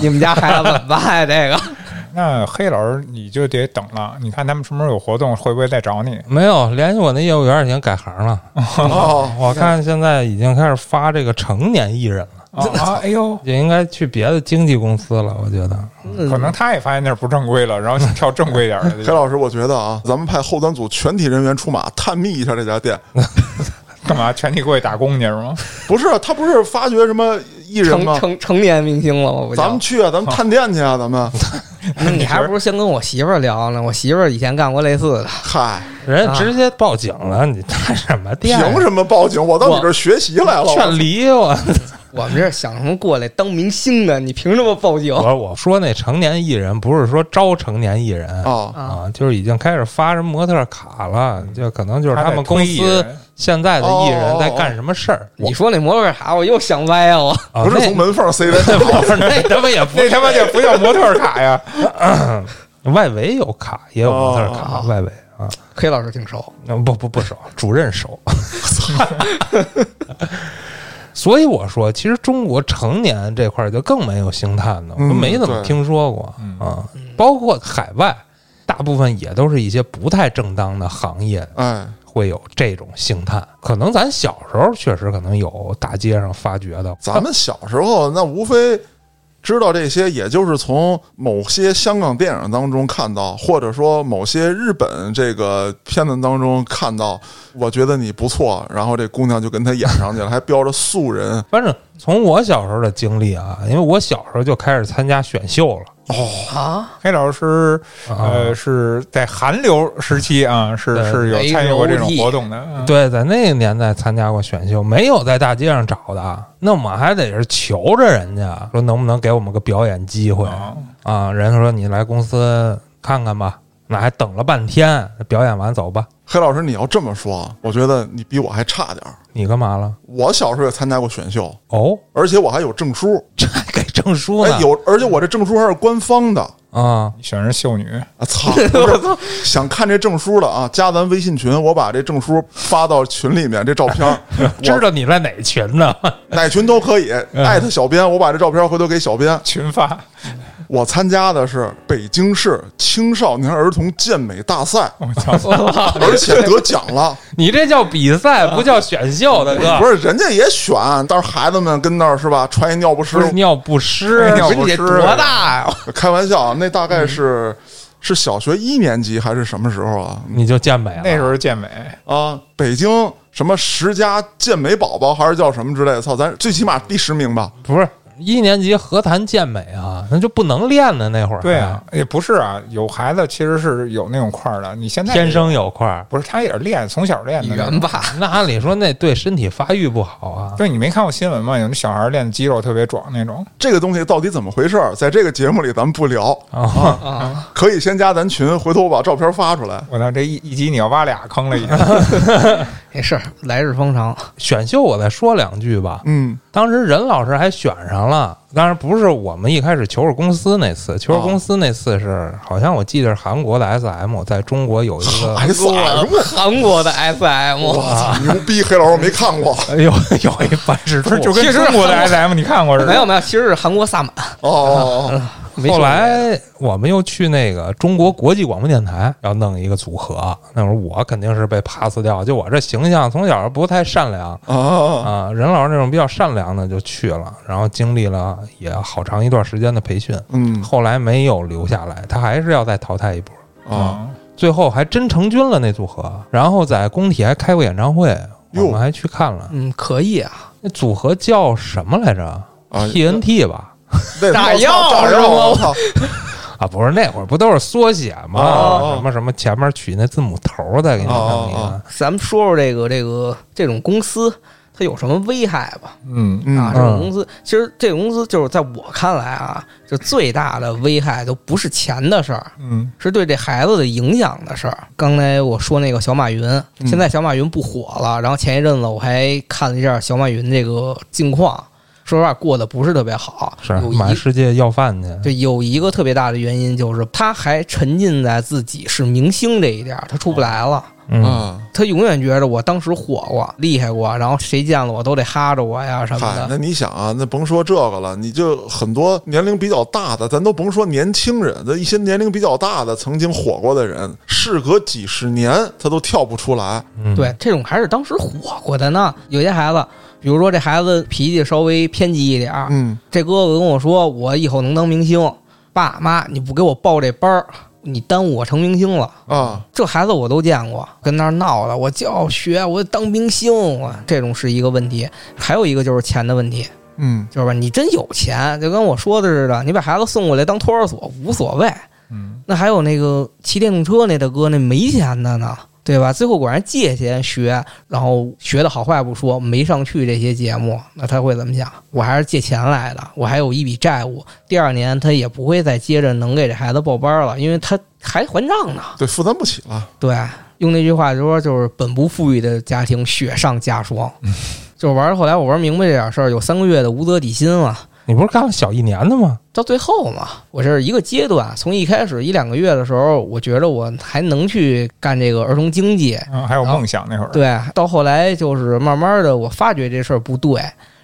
[SPEAKER 1] 你们家孩子怎么办呀？啊这个
[SPEAKER 2] 那黑老师你就得等了，你看他们什么时候有活动，会不会再找你？
[SPEAKER 3] 没有联系我那业务员已经改行了，
[SPEAKER 4] 哦，
[SPEAKER 3] 我看现在已经开始发这个成年艺人了，
[SPEAKER 2] 啊啊，哎呦，
[SPEAKER 3] 也应该去别的经纪公司了。我觉得
[SPEAKER 2] 可能他也发现那儿不正规了，然后想跳正规 点儿的地
[SPEAKER 4] 裴
[SPEAKER 2] 方，
[SPEAKER 4] 老师，我觉得啊，咱们派后端组全体人员出马探秘一下这家店。
[SPEAKER 2] 干嘛全体过去打工去是吗？
[SPEAKER 4] 不是，他不是发掘什么艺人
[SPEAKER 1] 成
[SPEAKER 4] 吗？
[SPEAKER 1] 成成年明星了吗？我不叫
[SPEAKER 4] 咱们去啊，咱们探店去啊，咱们。
[SPEAKER 1] 那你还不如先跟我媳妇儿聊呢。我媳妇儿以前干过类似 的，
[SPEAKER 4] 嗨，
[SPEAKER 3] 人家直接报警了，你干什么
[SPEAKER 4] 凭
[SPEAKER 3] 店？啊
[SPEAKER 4] 什么报警？我到你
[SPEAKER 1] 我
[SPEAKER 4] 这儿学习来了。我
[SPEAKER 3] 劝离我！
[SPEAKER 1] 我们这儿想什么过来当明星啊的，你凭什么报警？
[SPEAKER 3] 我我说那成年艺人不是说招成年艺人
[SPEAKER 4] 啊，
[SPEAKER 3] 啊，就是已经开始发什么模特卡了，就可能就是
[SPEAKER 2] 他
[SPEAKER 3] 他们公司现在的艺人在干什么事儿。
[SPEAKER 1] 你说那模特卡，我又想歪啊！我
[SPEAKER 3] 啊
[SPEAKER 4] 不是从门缝塞的。
[SPEAKER 3] 那不是那他妈也不
[SPEAKER 2] 那他妈就不叫模特儿卡呀！
[SPEAKER 3] 外围有卡，也有模特
[SPEAKER 1] 哦
[SPEAKER 3] 卡，外围啊，
[SPEAKER 1] 黑老师挺熟，
[SPEAKER 3] 嗯不不不 熟，主任熟。所以我说，其实中国成年这块儿就更没有星探的，我
[SPEAKER 4] 嗯
[SPEAKER 3] 没怎么
[SPEAKER 4] 对
[SPEAKER 3] 听说过
[SPEAKER 2] 嗯
[SPEAKER 3] 啊。包括海外，大部分也都是一些不太正当的行业
[SPEAKER 4] 哎，
[SPEAKER 3] 会有这种星探。可能咱小时候确实可能有大街上发掘的，
[SPEAKER 4] 咱们小时候那无非知道这些，也就是从某些香港电影当中看到，或者说某些日本这个片子当中看到，我觉得你不错，然后这姑娘就跟他演上去了，还标着素人。
[SPEAKER 3] 反正从我小时候的经历啊，因为我小时候就开始参加选秀了。
[SPEAKER 1] 啊，
[SPEAKER 2] 黑老师
[SPEAKER 3] 啊
[SPEAKER 2] 呃是在韩流时期啊，是
[SPEAKER 3] 对
[SPEAKER 2] 是有参与过这种
[SPEAKER 1] AOT
[SPEAKER 2] 活动的。嗯，
[SPEAKER 3] 对，在那个年代参加过选秀，没有在大街上找的，那我们还得是求着人家说能不能给我们个表演机会
[SPEAKER 2] 啊
[SPEAKER 3] 啊？人家说你来公司看看吧，那还等了半天，表演完走吧。
[SPEAKER 4] 黑老师，你要这么说，啊我觉得你比我还差点儿。
[SPEAKER 3] 你干嘛了？
[SPEAKER 4] 我小时候也参加过选秀，
[SPEAKER 3] 哦，
[SPEAKER 4] 而且我还有证书，
[SPEAKER 3] 这还给证书呢？
[SPEAKER 4] 哎，有，而且我这证书还是官方的。
[SPEAKER 3] 啊，
[SPEAKER 2] 你选人秀女，
[SPEAKER 4] 啊 操！不是想看这证书了啊，加咱微信群，我把这证书发到群里面，这照 片儿
[SPEAKER 3] 知道你嗯在哪群 呢？
[SPEAKER 4] 哪群 都可以，艾特小编，我把这照片回头给小编。
[SPEAKER 2] 群发，
[SPEAKER 4] 我参加的是北京市青少年儿童健美大赛，
[SPEAKER 3] 哦
[SPEAKER 2] 我操！
[SPEAKER 4] 而且得奖 了。
[SPEAKER 3] 你这叫比赛，不叫选秀，大 哥。
[SPEAKER 4] 不是，人家也选，但是孩子们跟那儿是吧，穿一尿不湿
[SPEAKER 3] 不，是尿啊不湿，
[SPEAKER 2] 尿
[SPEAKER 1] 不
[SPEAKER 2] 不
[SPEAKER 1] 是你得
[SPEAKER 2] 湿
[SPEAKER 1] 多
[SPEAKER 2] 哎
[SPEAKER 1] 大呀？
[SPEAKER 4] 开玩笑，啊，那大概是是小学一年级还是什么时候啊？
[SPEAKER 3] 你就健美了。
[SPEAKER 2] 那时候健美，
[SPEAKER 4] 啊，北京什么十佳健美宝宝还是叫什么之类的？操，咱最起码第十名吧。
[SPEAKER 3] 不是一年级何谈健美啊？那就不能练的那会儿。
[SPEAKER 2] 对啊，，
[SPEAKER 1] 哎
[SPEAKER 2] 也不是啊，有孩子其实是有那种块儿的，你现在
[SPEAKER 3] 天生有块儿。
[SPEAKER 2] 不是他也是练，从小练的那
[SPEAKER 1] 圆
[SPEAKER 2] 种。
[SPEAKER 1] 吧，
[SPEAKER 3] 那按理说那对身体发育不好啊。
[SPEAKER 2] 对，你没看过新闻吗？有那小孩儿练肌肉特别壮那种，
[SPEAKER 4] 这个东西到底怎么回事儿？在这个节目里咱们不聊，
[SPEAKER 3] 啊，
[SPEAKER 1] 啊，
[SPEAKER 4] 可以先加咱群，回头我把照片发出来。
[SPEAKER 2] 我操，这一一集你要挖俩坑了已 经。
[SPEAKER 1] 没事儿，来日方 长。
[SPEAKER 3] 选秀我再说两句吧。
[SPEAKER 4] 嗯，
[SPEAKER 3] 当时任老师还选上了，当然不是我们一开始求偶公司那次，
[SPEAKER 2] 哦
[SPEAKER 3] 求偶公司那次是好像我记得是韩国的 SM 在中国有一
[SPEAKER 2] 哦
[SPEAKER 3] 个
[SPEAKER 4] 还算
[SPEAKER 3] 呃
[SPEAKER 4] 我
[SPEAKER 1] 韩国的 SM，
[SPEAKER 4] 操，牛逼！黑老师我没看过
[SPEAKER 3] 呃有有一办事
[SPEAKER 2] 不
[SPEAKER 3] 处
[SPEAKER 2] 是，就跟
[SPEAKER 1] 其实
[SPEAKER 2] 中国的 SM 你看过似的，
[SPEAKER 1] 没有没有，其实是韩国萨满，
[SPEAKER 4] 哦，
[SPEAKER 1] 没兴
[SPEAKER 3] 后
[SPEAKER 1] 趣
[SPEAKER 3] 来我们又去那个中国国际广播电台，要弄一个组合。那会儿我肯定是被 pass 掉，就我这形象从小不太善良
[SPEAKER 4] 啊，
[SPEAKER 3] 啊。任老师那种比较善良的就去了，然后经历了也好长一段时间的培训，
[SPEAKER 4] 嗯
[SPEAKER 3] 后来没有留下来，他还是要再淘汰一波。
[SPEAKER 4] 啊，
[SPEAKER 3] 最后还真成军了那组合，然后在工体还开过演唱会，我
[SPEAKER 4] 哟
[SPEAKER 3] 们还去看了。
[SPEAKER 1] 嗯，可以啊，
[SPEAKER 3] 那组合叫什么来着
[SPEAKER 4] 啊
[SPEAKER 3] ？TNT 吧？
[SPEAKER 4] 那
[SPEAKER 1] 炸药
[SPEAKER 4] 炸
[SPEAKER 1] 是吗
[SPEAKER 4] 药，我操！
[SPEAKER 3] 啊，不是那会儿不都是缩写吗？
[SPEAKER 4] 哦哦
[SPEAKER 3] 什么什么前面取那字母头儿再给你弄一个。
[SPEAKER 4] 哦哦
[SPEAKER 1] 咱们说说这个这个这种公司它有什么危害吧？
[SPEAKER 2] 嗯
[SPEAKER 1] 啊，
[SPEAKER 4] 嗯
[SPEAKER 1] 这种公司其实这种公司就是在我看来啊，就最大的危害都不是钱的事儿，
[SPEAKER 2] 嗯
[SPEAKER 1] 是对这孩子的影响的事儿。刚才我说那个小马云，现在小马云不火了，然后前一阵子我还看了一下小马云这个近况，说实话过得不是特别好，
[SPEAKER 3] 是
[SPEAKER 1] 有
[SPEAKER 3] 满
[SPEAKER 1] 一
[SPEAKER 3] 世界要饭去，
[SPEAKER 1] 就有一个特别大的原因就是他还沉浸在自己是明星这一点儿，他出不来了。
[SPEAKER 3] 嗯，
[SPEAKER 4] 啊，
[SPEAKER 1] 他永远觉着我当时火过、厉害过，然后谁见了我都得哈着我呀什么
[SPEAKER 4] 嗨，
[SPEAKER 1] 的。
[SPEAKER 4] 那你想啊，那甭说这个了，你就很多年龄比较大的，咱都甭说年轻人，那一些年龄比较大的曾经火过的人，事隔几十年他都跳不出来。
[SPEAKER 3] 嗯，
[SPEAKER 1] 对，这种还是当时火过的呢。有些孩子，比如说这孩子脾气稍微偏激一点儿，
[SPEAKER 4] 嗯，
[SPEAKER 1] 这哥哥跟我说，我以后能当明星，爸妈你不给我报这班儿，你耽误我成明星了。
[SPEAKER 4] 啊，
[SPEAKER 1] 这孩子我都见过，跟那儿闹的，我就要学，我当明星，我这种是一个问题。还有一个就是钱的问题，
[SPEAKER 4] 嗯，
[SPEAKER 1] 就是吧，你真有钱，就跟我说的似的，你把孩子送过来当托儿所无所谓。
[SPEAKER 2] 嗯
[SPEAKER 1] 那还有那个骑电动车那大哥，那没钱的呢，对吧？最后果然借钱学，然后学的好坏不说，没上去这些节目，那他会怎么想？我还是借钱来的，我还有一笔债务。第二年他也不会再接着能给这孩子报班了，因为他还还账呢。
[SPEAKER 4] 对，负担不起了。
[SPEAKER 1] 对，啊用那句话就说，就是本不富裕的家庭雪上加霜。 就玩儿后来我玩明白这点事儿，有三个月的无责底薪了。
[SPEAKER 3] 你不是干了小一年的吗？
[SPEAKER 1] 到最后嘛，我这是一个阶段，从一开始一两个月的时候，我觉得我还能去干这个儿童经济，
[SPEAKER 2] 嗯，还有梦想那会儿，
[SPEAKER 1] 对，到后来就是慢慢的，我发觉这事儿不对，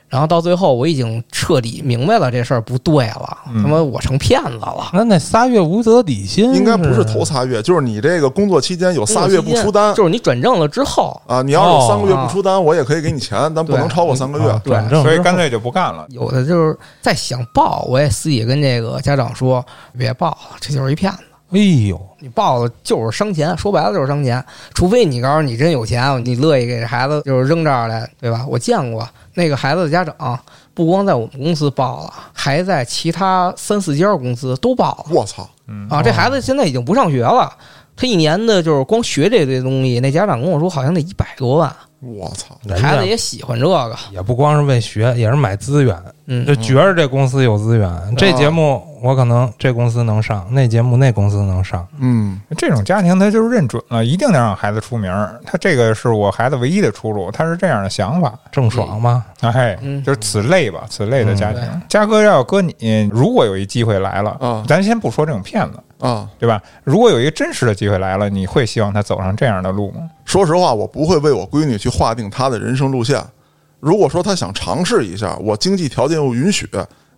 [SPEAKER 1] 然后到最后我已经彻底明白了这事儿不对了，
[SPEAKER 2] 嗯
[SPEAKER 1] 他妈我成骗子了。
[SPEAKER 3] 那那仨月无责底薪
[SPEAKER 4] 应该不是头仨月，就是你这个工作期间有仨月不出单
[SPEAKER 1] 就是你转正了之后，
[SPEAKER 4] 啊。你要
[SPEAKER 3] 哦
[SPEAKER 4] 是三个月不出单，我也可以给你钱，但不能超过三个
[SPEAKER 3] 啊
[SPEAKER 4] 月。
[SPEAKER 3] 转正，
[SPEAKER 2] 所以干。脆就不干了。
[SPEAKER 1] 有的就是再想报，我也私底下跟这个家长说，别报了，这就是一骗子。
[SPEAKER 3] 哎呦，
[SPEAKER 1] 你报了就是伤钱，说白了就是伤钱。除非你告诉你真有钱，你乐意给这孩子就是扔这儿来，对吧？我见过那个孩子的家长，不光在我们公司报了，还在其他三四家公司都报了
[SPEAKER 4] 我操！
[SPEAKER 2] 嗯
[SPEAKER 1] 啊。这
[SPEAKER 4] 哦
[SPEAKER 1] 孩子现在已经不上学了，他一年的就是光学这堆东西，那家长跟我说好像得一百多万，
[SPEAKER 4] 我操！
[SPEAKER 3] 人
[SPEAKER 1] 孩子
[SPEAKER 3] 家
[SPEAKER 1] 也喜欢这个，
[SPEAKER 3] 也不光是为学，也是买资源，
[SPEAKER 1] 嗯
[SPEAKER 3] 就觉着这公司有资
[SPEAKER 2] 嗯
[SPEAKER 3] 源，
[SPEAKER 2] 啊
[SPEAKER 3] 这节目我可能这公司能上，那节目那公司能上。
[SPEAKER 4] 嗯，
[SPEAKER 2] 这种家庭他就是认准了，一定得让孩子出名儿。他这个是我孩子唯一的出路，他是这样的想法。
[SPEAKER 3] 郑爽吗？
[SPEAKER 2] 哎
[SPEAKER 1] 嗯，
[SPEAKER 2] 就是此类吧，此类的家庭
[SPEAKER 1] 嗯。
[SPEAKER 2] 嘉哥要搁你，如果有一机会来
[SPEAKER 4] 嗯
[SPEAKER 2] 了，咱先不说这种骗子，
[SPEAKER 4] 啊，
[SPEAKER 2] 对吧？如果有一个真实的机会来了，你会希望他走上这样的路吗？
[SPEAKER 4] 说实话，我不会为我闺女去划定她的人生路线。如果说她想尝试一下，我经济条件又允许，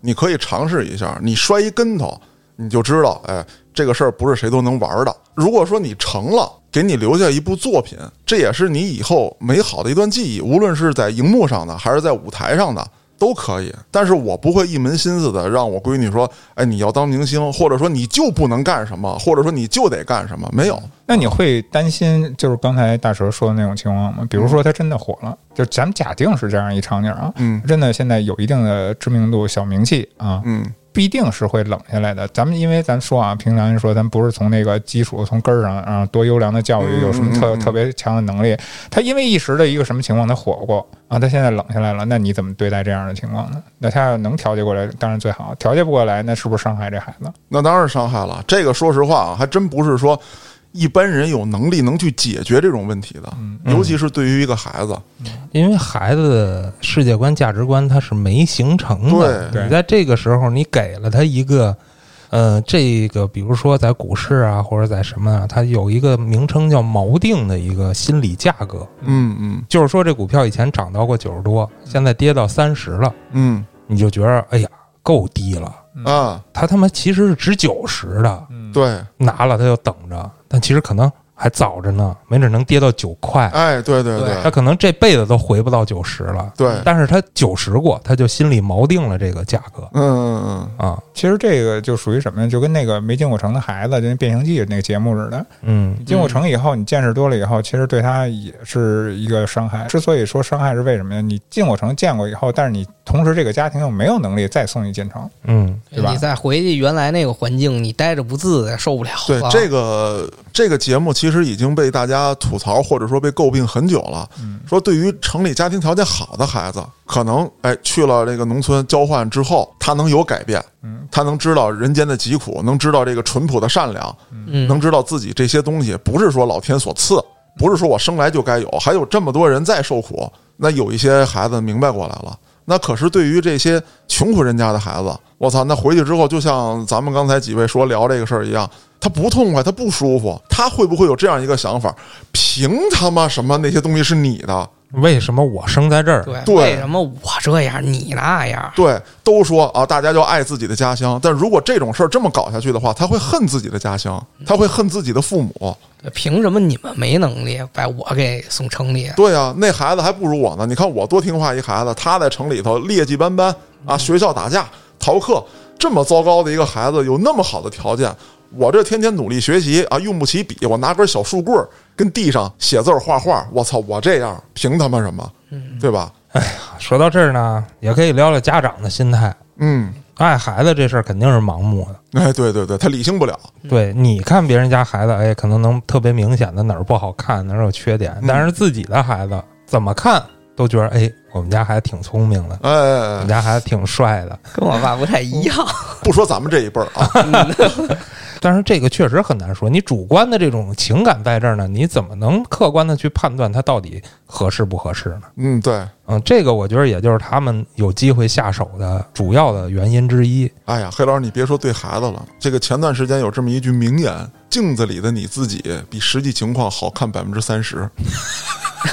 [SPEAKER 4] 你可以尝试一下。你摔一跟头，你就知道，哎，这个事儿不是谁都能玩的。如果说你成了，给你留下一部作品，这也是你以后美好的一段记忆，无论是在荧幕上的还是在舞台上的。都可以，但是我不会一门心思的让我闺女说，哎，你要当明星，或者说你就不能干什么，或者说你就得干什么，没有，
[SPEAKER 2] 那你会担心就是刚才大蛇说的那种情况吗？比如说他真的火了，就咱们假定是这样一场景啊，
[SPEAKER 4] 嗯
[SPEAKER 2] 真的现在有一定的知名度、小名气啊，
[SPEAKER 4] 嗯，
[SPEAKER 2] 必定是会冷下来的。咱们因为咱说啊，平常人说咱不是从那个基础、从根儿上啊多优良的教育，
[SPEAKER 4] 嗯
[SPEAKER 2] 有什么
[SPEAKER 4] 嗯
[SPEAKER 2] 特
[SPEAKER 4] 嗯
[SPEAKER 2] 特别强的能力。他因为一时的一个什么情况，他火过啊，他现在冷下来了，那你怎么对待这样的情况呢？那他要能调节过来，当然最好；调节不过来，那是不是伤害这孩子？
[SPEAKER 4] 那当然伤害了。这个说实话啊，还真不是说一般人有能力能去解决这种问题的，尤其是对于一个孩子。
[SPEAKER 3] 因为孩子的世界观、价值观他是没形成的。
[SPEAKER 2] 对对
[SPEAKER 3] 你在这个时候，你给了他一个，呃，这个比如说在股市啊，或者在什么啊，它有一个名称叫锚定的一个心理价格，
[SPEAKER 4] 嗯嗯
[SPEAKER 3] 就是说这股票以前涨到过九十多，现在跌到三十了，
[SPEAKER 4] 嗯
[SPEAKER 3] 你就觉得哎呀够低了，
[SPEAKER 4] 啊，
[SPEAKER 3] 他他妈其实是值九十的，
[SPEAKER 4] 对，
[SPEAKER 3] 拿了他就等着，但其实可能还早着呢，没准能跌到九块，
[SPEAKER 4] 哎，对对
[SPEAKER 1] 啊对
[SPEAKER 3] 他可能这辈子都回不到九十了。
[SPEAKER 4] 对嗯
[SPEAKER 3] 但是他九十过，他就心里锚定了这个价格
[SPEAKER 4] 嗯嗯
[SPEAKER 3] 啊，
[SPEAKER 2] 其实这个就属于什么呢？就跟那个没进过城的孩子，就那《变形记》那个节目似的。
[SPEAKER 3] 嗯
[SPEAKER 2] 你进过城以后，你见识多了以后，其实对他也是一个伤害。之所以说伤害是为什么呢？你进过城见过以后，但是你同时这个家庭又没有能力再送你进城，
[SPEAKER 3] 嗯，
[SPEAKER 2] 对吧
[SPEAKER 1] 你再回去原来那个环境，你待着不自在，受不了了。
[SPEAKER 4] 对，这个这个节目其实已经被大家吐槽或者说被诟病很久了，说对于城里家庭条件好的孩子，可能哎去了这个农村交换之后，他能有改变，他能知道人间的疾苦，能知道这个淳朴的善良，
[SPEAKER 1] 嗯
[SPEAKER 4] 能知道自己这些东西不是说老天所赐，不是说我生来就该有，还有这么多人在受苦。那有一些孩子明白过来了，那可是对于这些穷苦人家的孩子，我操，那回去之后就像咱们刚才几位说聊这个事儿一样，他不痛快，他不舒服，他会不会有这样一个想法？凭他妈什么那些东西是你的？
[SPEAKER 3] 为什么我生在这儿？
[SPEAKER 1] 对，
[SPEAKER 4] 对
[SPEAKER 1] 为什么我这样，你那样？
[SPEAKER 4] 对，都说啊，大家要爱自己的家乡，但如果这种事儿这么搞下去的话，他会恨自己的家乡，他会恨自己的父母。
[SPEAKER 1] 对凭什么你们没能力把我给送城 里？
[SPEAKER 4] 对啊，那孩子还不如我呢。你看我多听话一孩子，他在城里头劣迹斑斑啊，学校打架、逃课，这么糟糕的一个孩子，有那么好的条件，我这天天努力学习啊，用不起笔，我拿根小树棍儿跟地上写字儿、画画，我操，我这样凭他妈什么？对吧？
[SPEAKER 3] 说到这儿呢，也可以聊聊家长的心态。
[SPEAKER 4] 嗯，
[SPEAKER 3] 爱孩子这事儿肯定是盲目的，
[SPEAKER 4] 哎，对对对，他理性不了。
[SPEAKER 3] 对，你看别人家孩子，哎，可能能特别明显的哪儿不好看，哪儿有缺点，但是自己的孩子怎么看都觉得，哎，我们家孩子挺聪明的，
[SPEAKER 4] 哎哎，
[SPEAKER 3] 我
[SPEAKER 4] 哎
[SPEAKER 3] 们家孩子挺帅的。
[SPEAKER 1] 跟我爸不太一样。
[SPEAKER 4] 不说咱们这一辈儿啊，
[SPEAKER 3] 但是这个确实很难说，你主观的这种情感在这儿呢，你怎么能客观的去判断他到底合适不合适呢？
[SPEAKER 4] 嗯，对。
[SPEAKER 3] 嗯，这个我觉得也就是他们有机会下手的主要的原因之一。
[SPEAKER 4] 哎呀，黑老师，你别说对孩子了，这个前段时间有这么一句名言：“镜子里的你自己比实际情况好看百分之三十。”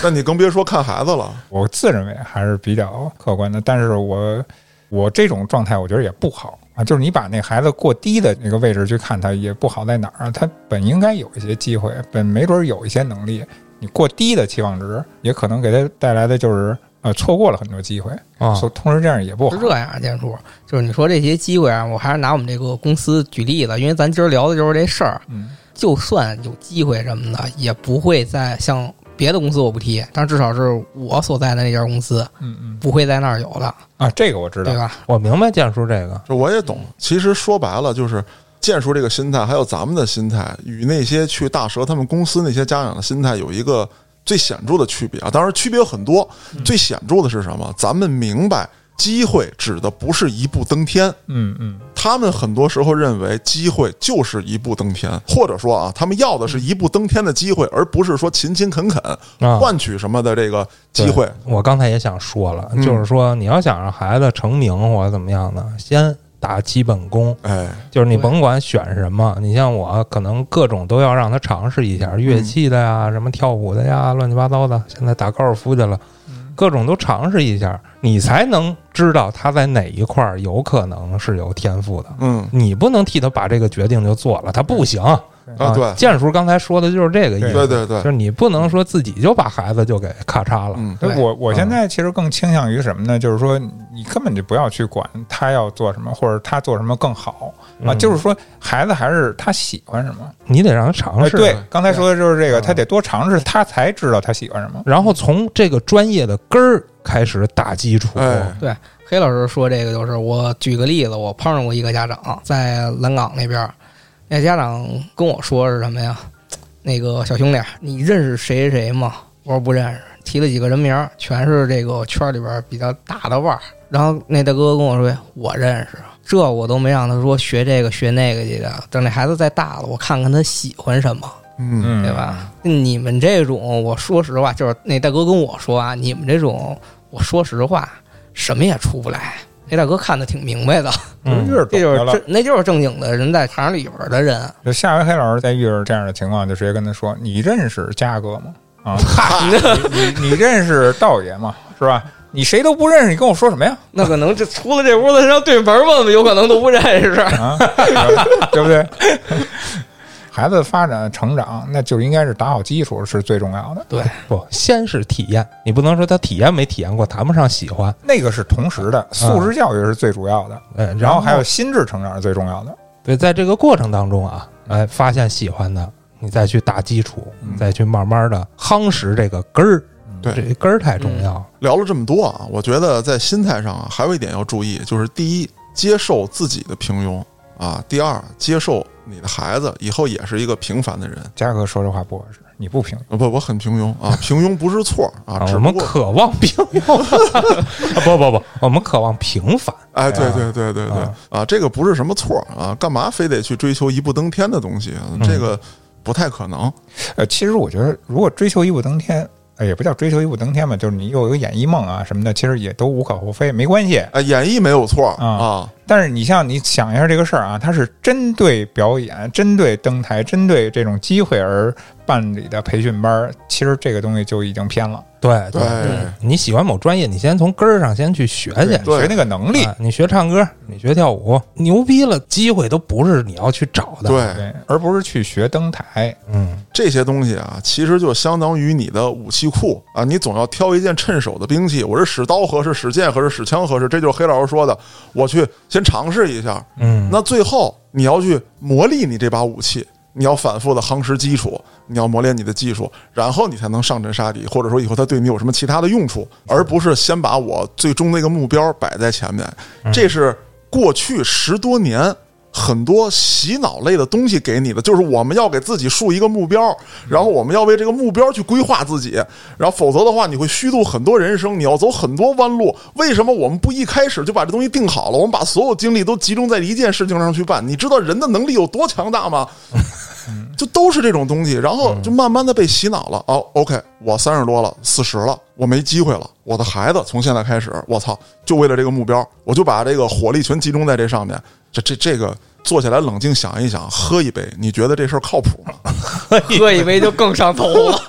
[SPEAKER 4] 那你更别说看孩子了。
[SPEAKER 2] 我自认为还是比较客观的。但是我我这种状态，我觉得也不好啊。就是你把那孩子过低的那个位置去看他，也不好在哪儿啊。他本应该有一些机会，本没准有一些能力。你过低的期望值，也可能给他带来的就是呃错过了很多机会
[SPEAKER 3] 啊
[SPEAKER 2] 所以同时这样也 不好
[SPEAKER 1] 是。这样啊，建叔，就是你说这些机会啊，我还是拿我们这个公司举例子，因为咱今儿聊的就是这事儿。
[SPEAKER 2] 嗯，
[SPEAKER 1] 就算有机会什么的，也不会在像别的公司我不提，但至少是我所在的那家公司
[SPEAKER 2] 嗯嗯
[SPEAKER 1] 不会在那儿有的，
[SPEAKER 2] 啊，这个我知道
[SPEAKER 1] 对。吧？
[SPEAKER 3] 我明白建叔这个，
[SPEAKER 4] 这我也懂。其实说白了，就是建叔这个心态，还有咱们的心态，与那些去大蛇他们公司那些家长的心态有一个最显著的区别啊。当然，区别有很多，最显著的是什么？咱们明白，机会指的不是一步登天，
[SPEAKER 2] 嗯嗯，
[SPEAKER 4] 他们很多时候认为机会就是一步登天，或者说啊，他们要的是一步登天的机会，而不是说勤勤恳恳
[SPEAKER 3] 啊
[SPEAKER 4] 换取什么的这个机会。
[SPEAKER 3] 我刚才也想说了，
[SPEAKER 4] 嗯
[SPEAKER 3] 就是说你要想让孩子成名或者怎么样呢，先打基本功，
[SPEAKER 4] 哎，
[SPEAKER 3] 就是你
[SPEAKER 1] 对
[SPEAKER 3] 甭管选什么，你像我可能各种都要让他尝试一
[SPEAKER 4] 嗯
[SPEAKER 3] 下，乐器的呀，什么跳舞的呀，乱七八糟的。现在打高尔夫去了，
[SPEAKER 4] 嗯
[SPEAKER 3] 各种都尝试一下，你才能知道他在哪一块儿有可能是有天赋的。
[SPEAKER 4] 嗯
[SPEAKER 3] 你不能替他把这个决定就做了，他不行啊
[SPEAKER 4] 啊，对
[SPEAKER 3] 建叔刚才说的就是这个意
[SPEAKER 4] 对
[SPEAKER 3] 思，
[SPEAKER 4] 对
[SPEAKER 3] 就
[SPEAKER 4] 对，
[SPEAKER 3] 是你不能说自己就把孩子就给咔嚓了。
[SPEAKER 4] 嗯，
[SPEAKER 1] 对
[SPEAKER 2] 我我
[SPEAKER 3] 嗯
[SPEAKER 2] 现在其实更倾向于什么呢？就是说，你根本就不要去管他要做什么，或者他做什么更好啊。
[SPEAKER 3] 嗯
[SPEAKER 2] 就是说，孩子还是他喜欢什么。
[SPEAKER 3] 你得让他尝
[SPEAKER 2] 哎，
[SPEAKER 3] 试。
[SPEAKER 2] 对，刚才说的就是这个，
[SPEAKER 3] 嗯
[SPEAKER 2] 他得多尝试，他才知道他喜欢什么。
[SPEAKER 3] 然后从这个专业的根儿开始打基础。
[SPEAKER 4] 哎，
[SPEAKER 1] 对，黑老师说这个就是，我举个例子，我碰上过一个家长在蓝港那边儿，那家长跟我说是什么呀？那个小兄弟，你认识谁谁谁吗？我说不认识，提了几个人名儿，全是这个圈儿里边儿比较大的腕儿。然后那大哥跟我说，我认识，这我都没让他说学这个学那个去的。等那孩子再大了，我看看他喜欢什么。
[SPEAKER 4] 嗯，
[SPEAKER 2] 嗯，
[SPEAKER 1] 对？吧？你们这种，我说实话，就是那大哥跟我说啊，你们这种，我说实话，什么也出不来。那大哥看的挺明白的，
[SPEAKER 3] 嗯
[SPEAKER 2] 就是
[SPEAKER 1] 这
[SPEAKER 2] 懂
[SPEAKER 1] 就是
[SPEAKER 2] 得了
[SPEAKER 1] 正，。那就是正经的人在行里边的人。
[SPEAKER 2] 就下回黑老师再遇着这样的情况，就直接跟他说：“你认识嘉哥吗？啊，你你你认识道爷吗？是吧？你谁都不认识，你跟我说什么呀？
[SPEAKER 1] 那可能这出了这屋子，让对门问问，有可能都不 认识。
[SPEAKER 2] 啊， 对不对？孩子发展成长，那就应该是打好基础是最重要的。
[SPEAKER 1] 对，
[SPEAKER 3] 不，先是体验，你不能说他体验没体验过，谈不上喜欢。
[SPEAKER 2] 那个是同时的，素质教育是最主要的，
[SPEAKER 3] 哎，
[SPEAKER 2] 然后还有心智成长是最重要的。
[SPEAKER 3] 对，在这个过程当中啊，哎，发现喜欢的，你再去打基础，
[SPEAKER 2] 嗯
[SPEAKER 3] 再去慢慢的夯实这个根儿，
[SPEAKER 4] 对嗯
[SPEAKER 3] 这根儿太重要。
[SPEAKER 4] 聊了这么多啊，我觉得在心态上啊，还有一点要注意，就是第一，接受自己的平庸啊；第二，接受你的孩子以后也是一个平凡的人。
[SPEAKER 2] 嘉哥说这话不合适，你不平
[SPEAKER 4] 啊，不，我很平庸啊，平庸不是错啊，
[SPEAKER 3] 啊，
[SPEAKER 4] 只
[SPEAKER 3] 我
[SPEAKER 4] 不
[SPEAKER 3] 们
[SPEAKER 4] 过
[SPEAKER 3] 渴望平庸，啊不不不，我们渴望平凡。
[SPEAKER 4] 哎，对
[SPEAKER 2] 啊
[SPEAKER 4] 对对对对
[SPEAKER 3] 啊
[SPEAKER 4] 啊，这个不是什么错啊，干嘛非得去追求一步登天的东西？啊这个不太可能。
[SPEAKER 2] 呃，其实我觉得，如果追求一步登天，呃，也不叫追求一步登天吧，就是你又有演艺梦啊什么的，其实也都无可厚非，没关系。
[SPEAKER 4] 哎，演绎没有错
[SPEAKER 2] 啊
[SPEAKER 4] 啊，
[SPEAKER 2] 但是你像你想一下这个事儿啊，它是针对表演、针对登台、针对这种机会而办理的培训班儿，其实这个东西就已经偏了。
[SPEAKER 3] 对
[SPEAKER 4] 对，
[SPEAKER 1] 嗯
[SPEAKER 3] 你喜欢某专业，你先从根儿上先去学去。
[SPEAKER 4] 对
[SPEAKER 2] 学那个能力，
[SPEAKER 3] 啊你学唱歌，你学跳舞，牛逼了，机会都不是你要去找的。，
[SPEAKER 4] 对，
[SPEAKER 2] 对，而不是去学登台。
[SPEAKER 3] 嗯，
[SPEAKER 4] 这些东西啊，其实就相当于你的武器库啊，你总要挑一件趁手的兵器。我是使刀合适，使剑合适，使枪合适，这就是黑老师说的，我去先尝试一下。
[SPEAKER 3] 嗯，
[SPEAKER 4] 那最后你要去磨砺你这把武器，你要反复的夯实基础，你要磨练你的技术，然后你才能上阵杀敌，或者说以后它对你有什么其他的用处，而不是先把我最终那个目标摆在前面。这是过去十多年。很多洗脑类的东西给你的，就是我们要给自己树一个目标，然后我们要为这个目标去规划自己，然后否则的话，你会虚度很多人生，你要走很多弯路。为什么我们不一开始就把这东西定好了？我们把所有精力都集中在一件事情上去办？你知道人的能力有多强大吗？就都是这种东西，然后就慢慢的被洗脑了。哦，OK，我三十多了，四十了，我没机会了。我的孩子从现在开始，我操，就为了这个目标，我就把这个火力全集中在这上面。这这这个坐下来冷静想一想，喝一杯，你觉得这事儿靠谱吗？
[SPEAKER 1] 喝一杯就更上头 了。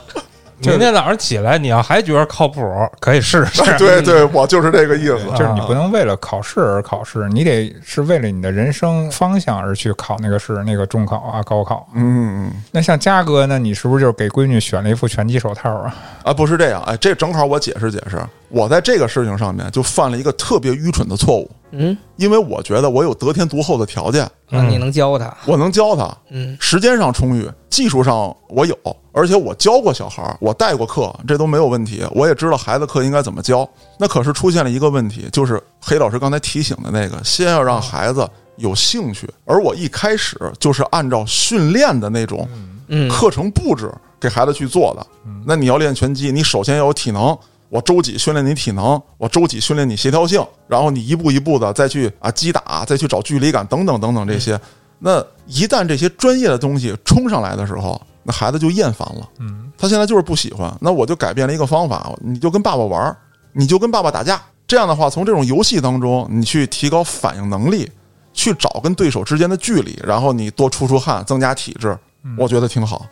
[SPEAKER 3] 明天早上起来，你要还觉得靠谱，可以试试。
[SPEAKER 4] 对对，我就是这个意思。嗯
[SPEAKER 2] 就是你不能为了考试而考试，你得是为了你的人生方向而去考那个试，那个中考啊、高考。
[SPEAKER 4] 嗯，
[SPEAKER 2] 那像嘉哥呢，你是不是就是给闺女选了一副拳击手套啊？
[SPEAKER 4] 啊，不是这样，哎，这正好我解释解释，我在这个事情上面就犯了一个特别愚蠢的错误，
[SPEAKER 1] 嗯，
[SPEAKER 4] 因为我觉得我有得天独厚的条件，
[SPEAKER 2] 嗯
[SPEAKER 1] 啊你能教他？
[SPEAKER 4] 我能教他，
[SPEAKER 1] 嗯，
[SPEAKER 4] 时间上充裕，技术上我有，而且我教过小孩儿，我带过课，这都没有问题，我也知道孩子课应该怎么教。那可是出现了一个问题，就是黑老师刚才提醒的那个，先要让孩子有兴趣，而我一开始就是按照训练的那种
[SPEAKER 1] 嗯
[SPEAKER 4] 课程布置给孩子去做的。那你要练拳击，你首先要有体能。我周几训练你体能，我周几训练你协调性，然后你一步一步的再去啊击打，再去找距离感等等等等这些。那一旦这些专业的东西冲上来的时候，那孩子就厌烦了。嗯，他现在就是不喜欢。那我就改变了一个方法，你就跟爸爸玩儿，你就跟爸爸打架。这样的话，从这种游戏当中，你去提高反应能力，去找跟对手之间的距离，然后你多出出汗，增加体质，我觉得挺好。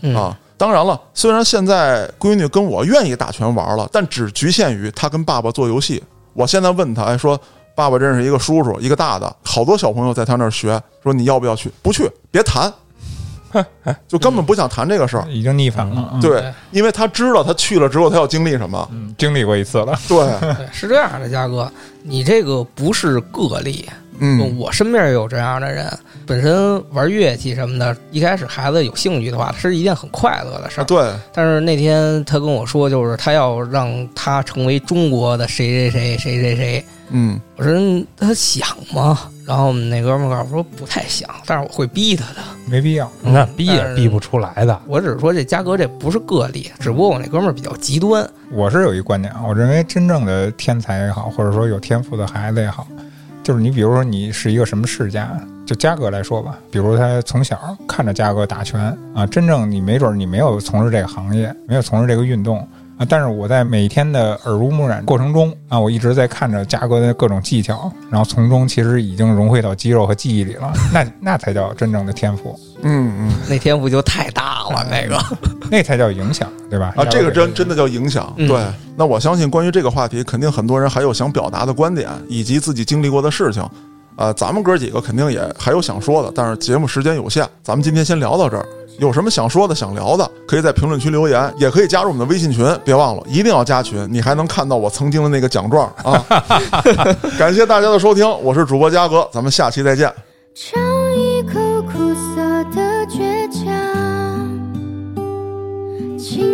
[SPEAKER 1] 嗯
[SPEAKER 4] 啊，当然了，虽然现在闺女跟我愿意打拳玩了，但只局限于她跟爸爸做游戏。我现在问她，哎，说爸爸认识一个叔叔，一个大的，好多小朋友在他那儿学，说你要不要去？不去，别 谈，就根本不想谈这个事儿。
[SPEAKER 2] 已经逆反了，嗯、
[SPEAKER 4] 对，因为他知道他去了之后，他要经历什么。
[SPEAKER 2] 嗯，经历过一次了。
[SPEAKER 4] 对，
[SPEAKER 1] 对，是这样的，嘉哥，你这个不是个例，
[SPEAKER 4] 嗯，
[SPEAKER 1] 我身边也有这样的人，本身玩乐器什么的，一开始孩子有兴趣的话，是一件很快乐的事
[SPEAKER 4] 啊，
[SPEAKER 1] 儿。
[SPEAKER 4] 对，
[SPEAKER 1] 但是那天他跟我说，就是他要让他成为中国的谁谁谁谁谁谁。
[SPEAKER 4] 嗯，
[SPEAKER 1] 我说嗯他想吗？然后我们那哥们儿告诉我说不太想，但是我会逼他的。
[SPEAKER 2] 没必要。
[SPEAKER 3] 那逼也
[SPEAKER 1] 嗯但是
[SPEAKER 3] 逼不出来的。
[SPEAKER 1] 我只是说这嘉哥这不是个例，只不过我那哥们儿比较极端。
[SPEAKER 2] 我是有一观点啊，我认为真正的天才也好，或者说有天赋的孩子也好，就是你比如说你是一个什么世家，就嘉哥来说吧，比如他从小看着嘉哥打拳啊，真正你没准你没有从事这个行业，没有从事这个运动。啊！但是我在每天的耳濡目染过程中啊，我一直在看着嘉哥的各种技巧，然后从中其实已经融汇到肌肉和记忆里了。那那才叫真正的天赋。
[SPEAKER 4] 嗯嗯，
[SPEAKER 1] 那天不就太大了那个？
[SPEAKER 2] 那才叫影响，对吧？
[SPEAKER 4] 啊，这个真
[SPEAKER 2] 真
[SPEAKER 4] 真的叫影响。
[SPEAKER 1] 嗯
[SPEAKER 4] 对，那我相信关于这个话题，肯定很多人还有想表达的观点，以及自己经历过的事情。呃，咱们哥几个肯定也还有想说的，但是节目时间有限，咱们今天先聊到这儿。有什么想说的、想聊的，可以在评论区留言，也可以加入我们的微信群。别忘了，一定要加群，你还能看到我曾经的那个奖状啊！ 感谢大家的收听，我是主播嘉哥，咱们下期再见。
[SPEAKER 5] 尝一口苦涩的倔强，轻